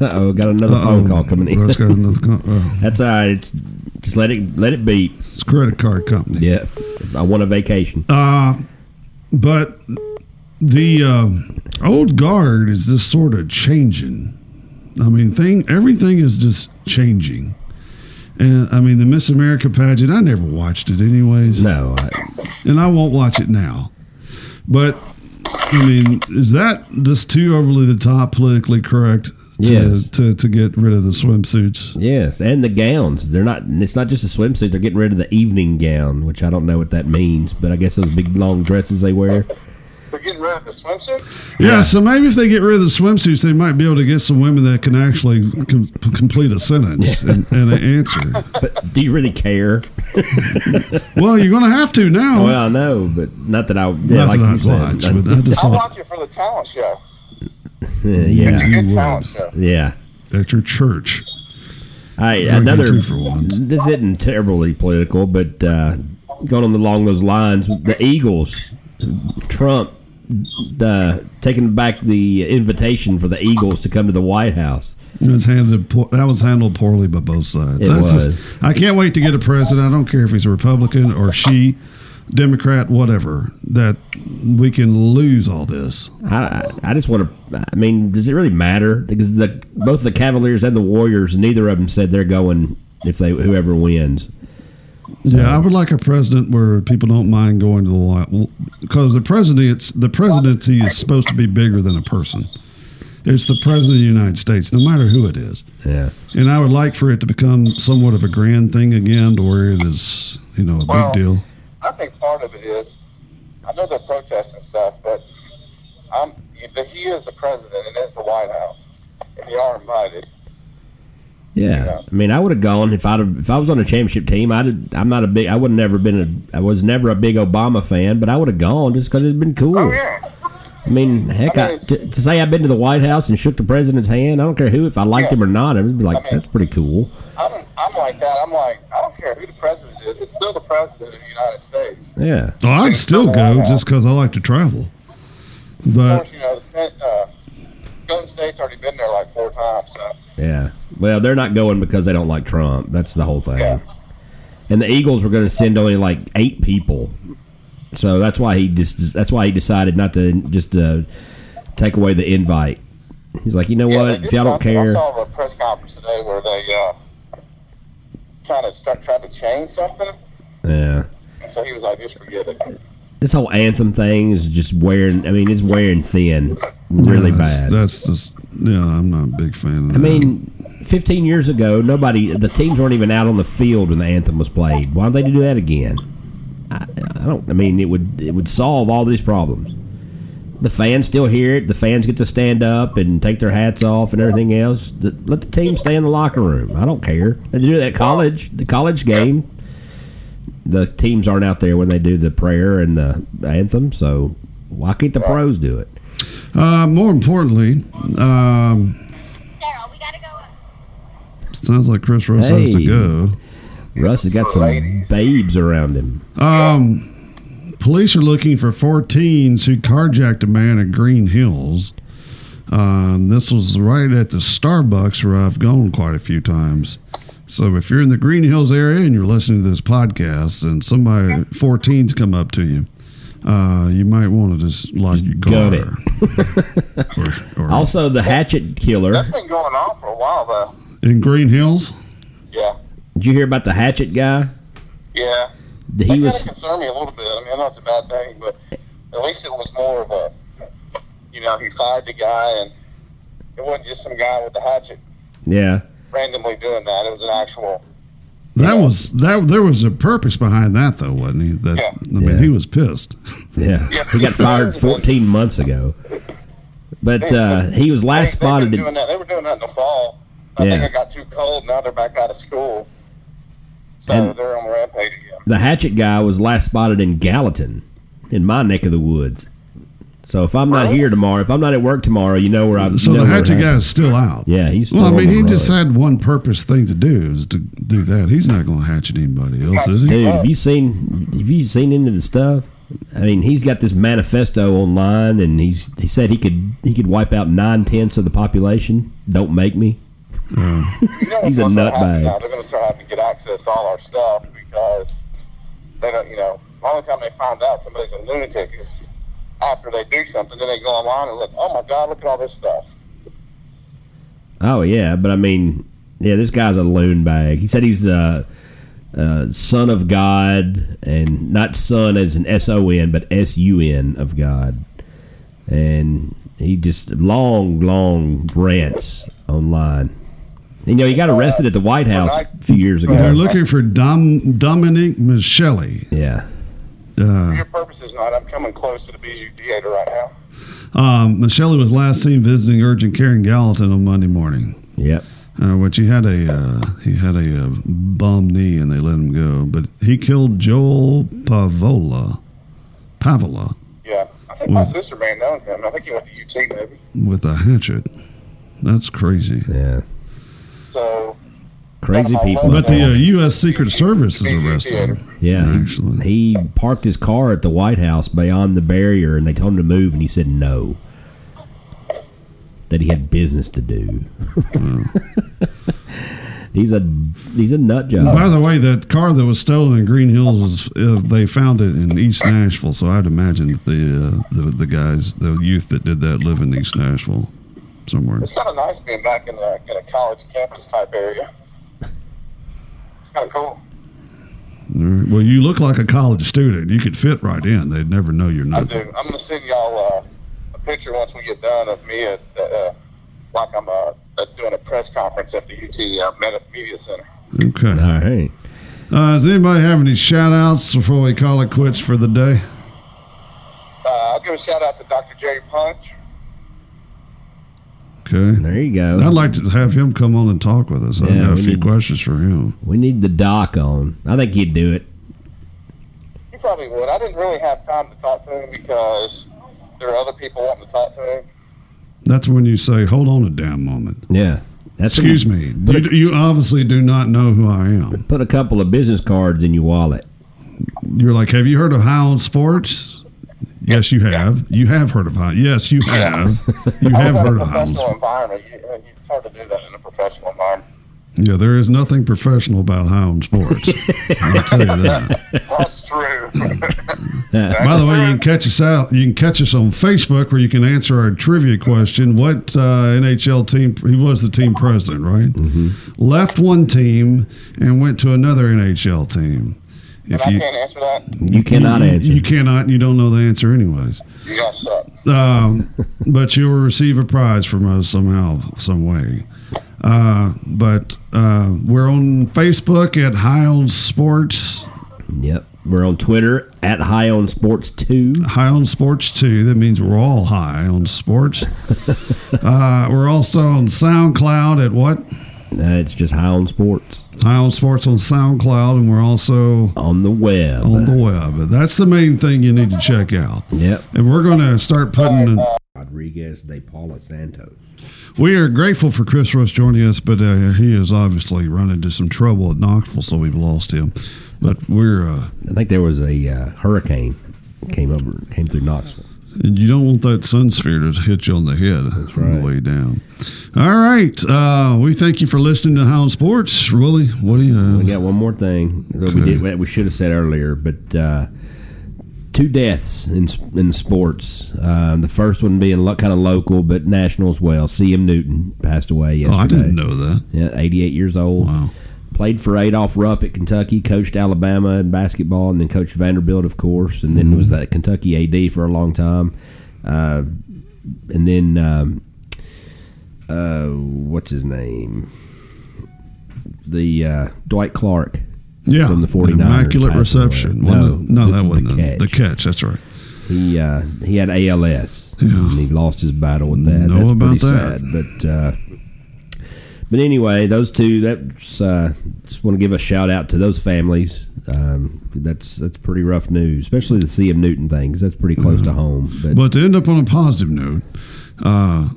Speaker 3: Uh oh, got another phone call coming in.
Speaker 2: Russ got another co- oh,
Speaker 3: That's all right. It's, just let it let it beat.
Speaker 2: it's a credit card company.
Speaker 3: Yeah. I want a vacation.
Speaker 2: Uh. But the um old guard is just sort of changing. I mean, thing everything is just changing. And I mean, the Miss America pageant, I never watched it anyways,
Speaker 3: no. I,
Speaker 2: and I won't watch it now. But I mean, is that just too overly the top politically correct to,
Speaker 3: Yes.
Speaker 2: to, to get rid of the swimsuits?
Speaker 3: yes, and the gowns. They're not it's not just a swimsuit. They're getting rid of the evening gown, which I don't know what that means, but I guess those big long dresses they wear.
Speaker 4: week? We're getting rid of the swimsuit.
Speaker 2: Yeah, so maybe if they get rid of the swimsuits, they might be able to get some women that can actually com- complete a sentence and, and an answer.
Speaker 3: But do you really care?
Speaker 2: Well, you're going to have to now.
Speaker 3: Well, I know, but not that I Oh, yeah,
Speaker 2: Oh. Not
Speaker 3: like
Speaker 2: that
Speaker 3: you
Speaker 2: I'd
Speaker 3: said,
Speaker 2: watch, but I just
Speaker 4: I'll
Speaker 2: saw
Speaker 4: watch it for the talent show.
Speaker 3: uh,
Speaker 4: It's a
Speaker 3: yeah,
Speaker 4: good
Speaker 2: would.
Speaker 4: talent show.
Speaker 3: yeah.
Speaker 2: at your church.
Speaker 3: All right,
Speaker 2: Drinking
Speaker 3: another.
Speaker 2: two for ones.
Speaker 3: This isn't terribly political, but uh, going on along those lines, the Eagles, Trump uh, taking back the invitation for the Eagles to come to the White House.
Speaker 2: It was handled po- that was handled poorly by both sides.
Speaker 3: It was.
Speaker 2: I can't wait to get a president. I don't care if he's a Republican or she, Democrat, whatever. That we can lose all this.
Speaker 3: I, I I just want to. I mean, does it really matter? Because the both the Cavaliers and the Warriors, neither of them said they're going if they whoever wins.
Speaker 2: Yeah, I would like a president where people don't mind going to the White because the president's the presidency is supposed to be bigger than a person. It's the president of the United States, no matter who it is.
Speaker 3: Yeah.
Speaker 2: And I would like for it to become somewhat of a grand thing again, to where it is, you know, a
Speaker 4: Well-
Speaker 2: big deal.
Speaker 4: I think part of it is, I know they're protesting stuff, but I'm, but he is the president and it's the White House, and you are invited.
Speaker 3: Yeah, I mean, I would have gone if I would if I was on a championship team. I did, I'm not a big. I would have never been. A, I was never a big Obama fan, but I would have gone just because it's been cool.
Speaker 4: Oh yeah,
Speaker 3: I mean, heck,
Speaker 4: I
Speaker 3: I
Speaker 4: mean, it's-
Speaker 3: to, to say I've been to the White House and shook the president's hand. I don't care who, if I liked
Speaker 4: Yeah.
Speaker 3: him or not. I would be like,
Speaker 4: I mean-
Speaker 3: that's pretty cool.
Speaker 4: I'm, I'm like that. I'm like, I don't care who the president is. It's still the president of the United States.
Speaker 3: Yeah,
Speaker 2: Oh, I'd still go just because I like to travel.
Speaker 4: Of
Speaker 2: But
Speaker 4: course, you know the Sen- uh, Golden State's already been there like four times. So
Speaker 3: yeah. Well, they're not going because they don't like Trump. That's the whole thing.
Speaker 4: Yeah.
Speaker 3: And the Eagles were going to send only like eight people, so that's why he just. That's why he decided not to just uh, take away the invite. He's like, you know
Speaker 4: yeah, they
Speaker 3: what?
Speaker 4: did
Speaker 3: If y'all don't
Speaker 4: something. I
Speaker 3: care.
Speaker 4: saw a press conference today where they uh, trying to start trying to change something,
Speaker 3: Yeah.
Speaker 4: and so he was like, just forget it.
Speaker 3: This whole anthem thing is just wearing. I mean, it's wearing thin, really
Speaker 2: yeah, that's,
Speaker 3: bad.
Speaker 2: That's just yeah. I'm not a big fan of that.
Speaker 3: I mean, 15 years ago, nobody, the teams weren't even out on the field when the anthem was played. Why don't they do that again? I, I don't. I mean, it would it would solve all these problems. The fans still hear it. The fans get to stand up and take their hats off and everything else. The, let the team stay in the locker room. I don't care. They do that college, the college game. The teams aren't out there when they do the prayer and the anthem. So why can't the pros do it?
Speaker 2: uh, more importantly, um,
Speaker 6: Daryl, we gotta go.
Speaker 2: sounds like Chris Russ has
Speaker 3: Hey.
Speaker 2: to go.
Speaker 3: Russ has got some babes around him.
Speaker 2: Um, Police are looking for four teens who carjacked a man at Green Hills. Um, this was right at the Starbucks where I've gone quite a few times. So if you're in the Green Hills area and you're listening to this podcast and somebody four teens come up to you, uh, you might want to just lock your
Speaker 3: gun
Speaker 2: car. or, or
Speaker 3: Also, the hatchet killer.
Speaker 4: That's been going on for a while though.
Speaker 2: in Green Hills,
Speaker 4: Yeah,
Speaker 3: Did you hear about the hatchet guy?
Speaker 4: yeah. That
Speaker 3: The- He
Speaker 4: kind of
Speaker 3: was
Speaker 4: concerned me a little bit. I mean, I know it's a bad thing, but at least it was more of a, you know, he fired the guy, and it wasn't just some guy with the hatchet
Speaker 3: yeah.
Speaker 4: randomly doing that. It was an actual.
Speaker 2: that was that. There was a purpose behind that, though, wasn't he? That
Speaker 4: Yeah.
Speaker 2: I mean,
Speaker 3: Yeah.
Speaker 2: he was pissed.
Speaker 3: Yeah.
Speaker 4: Yeah.
Speaker 3: He got fired 14 months ago. But uh, he was
Speaker 4: They,
Speaker 3: last
Speaker 4: they've been
Speaker 3: spotted.
Speaker 4: doing
Speaker 3: in-
Speaker 4: that. They were doing that in the fall. I
Speaker 3: Yeah.
Speaker 4: think it got too cold. Now they're back out of school, so
Speaker 3: And-
Speaker 4: they're on the rampage again.
Speaker 3: The hatchet guy was last spotted in Gallatin, in my neck of the woods. So if I'm not here tomorrow, if I'm not at work tomorrow, you know where I'm.
Speaker 2: So
Speaker 3: you know
Speaker 2: the
Speaker 3: where
Speaker 2: hatchet
Speaker 3: it
Speaker 2: guy
Speaker 3: happened.
Speaker 2: is still out.
Speaker 3: Yeah, he's.
Speaker 2: Well, I
Speaker 3: still on
Speaker 2: mean,
Speaker 3: the
Speaker 2: he
Speaker 3: run.
Speaker 2: just had one purpose thing to do is to do that. He's not going to hatchet anybody else, is he?
Speaker 3: Dude, have you seen? Have you seen any of the stuff? I mean, he's got this manifesto online, and he's he said he could he could wipe out nine tenths of the population. Don't make me.
Speaker 4: You know
Speaker 3: He's
Speaker 4: what's
Speaker 3: a
Speaker 4: gonna start happening
Speaker 3: nutbag.
Speaker 4: Now. They're going to start having to get access to all our stuff because they don't, you know, the only time they find out somebody's a lunatic is after they do something. Then they go online and look, oh my God, look at all this stuff.
Speaker 3: Oh yeah, but I mean, yeah, this guy's a loon bag. He said he's uh, uh, son of God, and not son as an S O N, but S U N of God. And he just long, long rants online. You know, he got arrested at the White House a few years
Speaker 2: They're
Speaker 3: ago.
Speaker 2: looking for Dom, Dominic Michele.
Speaker 3: Yeah,
Speaker 2: Uh,
Speaker 4: Your purpose is not. I'm coming close to the BU theater right now.
Speaker 2: um, Michele was last seen visiting urgent care in Gallatin on Monday morning.
Speaker 3: yep.
Speaker 2: Uh, which he had a uh, he had a uh, bum knee and they let him go. But he killed Joel Pavola, Pavola
Speaker 4: Yeah, I think my sister may have known him. I think he went to UT maybe.
Speaker 2: with a hatchet. That's crazy.
Speaker 3: Yeah,
Speaker 4: So
Speaker 3: crazy people.
Speaker 2: But the uh, U.S. Secret Service is
Speaker 4: BU
Speaker 2: arrested.
Speaker 4: theater.
Speaker 2: him.
Speaker 3: Yeah, he-
Speaker 2: Actually.
Speaker 3: he parked his car at the White House beyond the barrier, and they told him to move, and he said no. That he had business to do.
Speaker 2: Hmm.
Speaker 3: he's a he's a nut
Speaker 2: By
Speaker 3: job.
Speaker 2: the way, that car that was stolen in Green Hills was uh, they found it in East Nashville, so I'd imagine that the, uh, the the guys, the youth that did that, live in East Nashville somewhere.
Speaker 4: It's kind of nice being back in a, in a college campus type area. It's kind of cool.
Speaker 2: All right. Well, you look like a college student. You could fit right in. They'd never know you're
Speaker 4: I
Speaker 2: not.
Speaker 4: do. I'm gonna send y'all uh, a picture once we get done of me at the, uh, like I'm uh, doing a press conference at the UT uh, Medi- Media Center.
Speaker 2: Okay.
Speaker 3: All right.
Speaker 2: Uh, does anybody have any shout outs before we call it quits for the day?
Speaker 4: Uh, I'll give a shout out to Dr. Jerry Punch.
Speaker 2: Okay.
Speaker 3: There you go.
Speaker 2: I'd like to have him come on and talk with us. I've
Speaker 3: Yeah,
Speaker 2: got a
Speaker 3: we
Speaker 2: few
Speaker 3: need-
Speaker 2: questions for him.
Speaker 3: we need the doc on. I think he'd do it.
Speaker 4: He probably would. I didn't really have time to talk to him because there are other people wanting to talk to him.
Speaker 2: That's when you say, hold on a damn moment.
Speaker 3: Yeah. That's
Speaker 2: Excuse me. You, you obviously do not know who I am.
Speaker 3: Put a couple of business cards in your wallet.
Speaker 2: You're like, have you heard of High on Sports? Yes, you have. You have heard of High. Yes, you have. You
Speaker 4: I
Speaker 2: have
Speaker 4: was in
Speaker 2: heard
Speaker 4: a
Speaker 2: of High on
Speaker 4: professional
Speaker 2: Sports.
Speaker 4: environment. You, uh, you- it's hard to do that in a professional environment.
Speaker 2: Yeah, there is nothing professional about High on Sports. I'll tell you that.
Speaker 4: That's true.
Speaker 2: By the way, you can catch us out. You can catch us on Facebook where you can answer our trivia question. What uh, NHL team? He was the team president, right? Mm-hmm. Left one team and went to another NHL team.
Speaker 4: and
Speaker 2: If
Speaker 4: I
Speaker 2: you
Speaker 4: can't answer that.
Speaker 3: You cannot
Speaker 2: you,
Speaker 3: answer.
Speaker 2: you cannot. You don't know the answer, anyways.
Speaker 4: You guys suck.
Speaker 2: Um, but you'll receive a prize from us somehow, some way. Uh, but uh, we're on Facebook at High on Sports.
Speaker 3: yep. We're on Twitter at High on Sports Two.
Speaker 2: high on sports too. That means we're all high on sports. uh, we're also on SoundCloud at what?
Speaker 3: Uh, it's just High on Sports
Speaker 2: High on sports on SoundCloud, and we're also
Speaker 3: on the web.
Speaker 2: on the web. That's the main thing you need to check out.
Speaker 3: Yep.
Speaker 2: And we're going to start putting.
Speaker 3: Rodriguez de Paula Santos.
Speaker 2: we are grateful for Chris Russ joining us, but uh, he has obviously run into some trouble at Knoxville, so we've lost him. But we're. Uh,
Speaker 3: I think there was a uh, hurricane came over came through Knoxville.
Speaker 2: And you don't want that sun sphere to hit you on the head on the
Speaker 3: right.
Speaker 2: way down. All right. Uh, we thank you for listening to Hound Sports. Really, what do you uh,
Speaker 3: We
Speaker 2: have?
Speaker 3: got one more thing that we
Speaker 2: Okay.
Speaker 3: did that we should have said earlier, but uh, two deaths in in sports. Uh, the first one being lo- kind of local, but national as well. C.M. Newton passed away
Speaker 2: Oh,
Speaker 3: yesterday.
Speaker 2: I didn't know that.
Speaker 3: Yeah, 88 years old.
Speaker 2: Wow.
Speaker 3: Played for Adolph Rupp at Kentucky, coached Alabama in basketball, and then coached Vanderbilt, of course, and then was that Kentucky AD for a long time. Uh, and then, um, uh, what's his name? The uh, Dwight Clark
Speaker 2: Yeah.
Speaker 3: from the 49ers.
Speaker 2: Immaculate
Speaker 3: passed
Speaker 2: reception.
Speaker 3: away.
Speaker 2: No, no,
Speaker 3: the-
Speaker 2: that wasn't the
Speaker 3: the
Speaker 2: catch.
Speaker 3: catch.
Speaker 2: the catch. That's right.
Speaker 3: He uh, he had ALS.
Speaker 2: Yeah.
Speaker 3: And he lost his battle with that.
Speaker 2: Know
Speaker 3: That's
Speaker 2: about
Speaker 3: pretty
Speaker 2: that.
Speaker 3: sad. But uh, but anyway, those two. That's uh, just want to give a shout out to those families. Um, that's that's pretty rough news, especially the CM Newton thing. 'cause that's pretty close to home. But
Speaker 2: But to end up on a positive note, uh,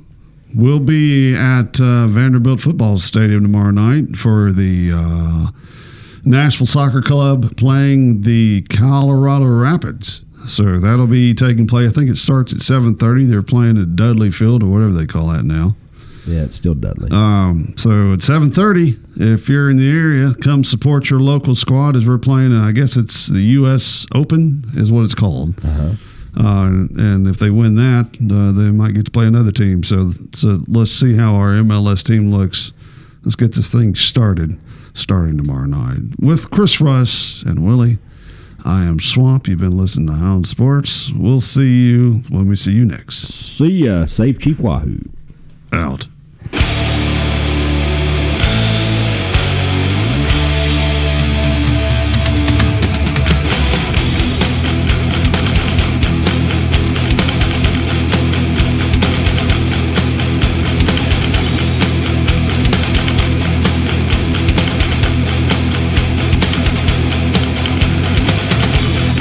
Speaker 2: we'll be at uh, Vanderbilt Football Stadium tomorrow night for the uh, Nashville Soccer Club playing the Colorado Rapids. So that'll be taking place. I think it starts at seven thirty. They're playing at Dudley Field or whatever they call that now.
Speaker 3: yeah, it's still Dudley.
Speaker 2: Um, so at seven thirty, if you're in the area, come support your local squad as we're playing. And I guess it's the U.S. Open is what it's called. Uh-huh. and if they win that, uh, they might get to play another team. So so let's see how our MLS team looks. Let's get this thing started, starting tomorrow night with Chris Russ and Willie. I am Swamp. You've been listening to Hound Sports. We'll see you when we see you next.
Speaker 3: See ya, save Chief Wahoo.
Speaker 2: Out.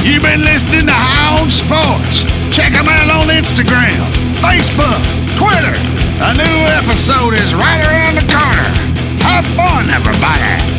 Speaker 6: You've been listening to Hound Sports. Check them out on Instagram, Facebook, Twitter. A new episode is right around the corner. Have fun, everybody.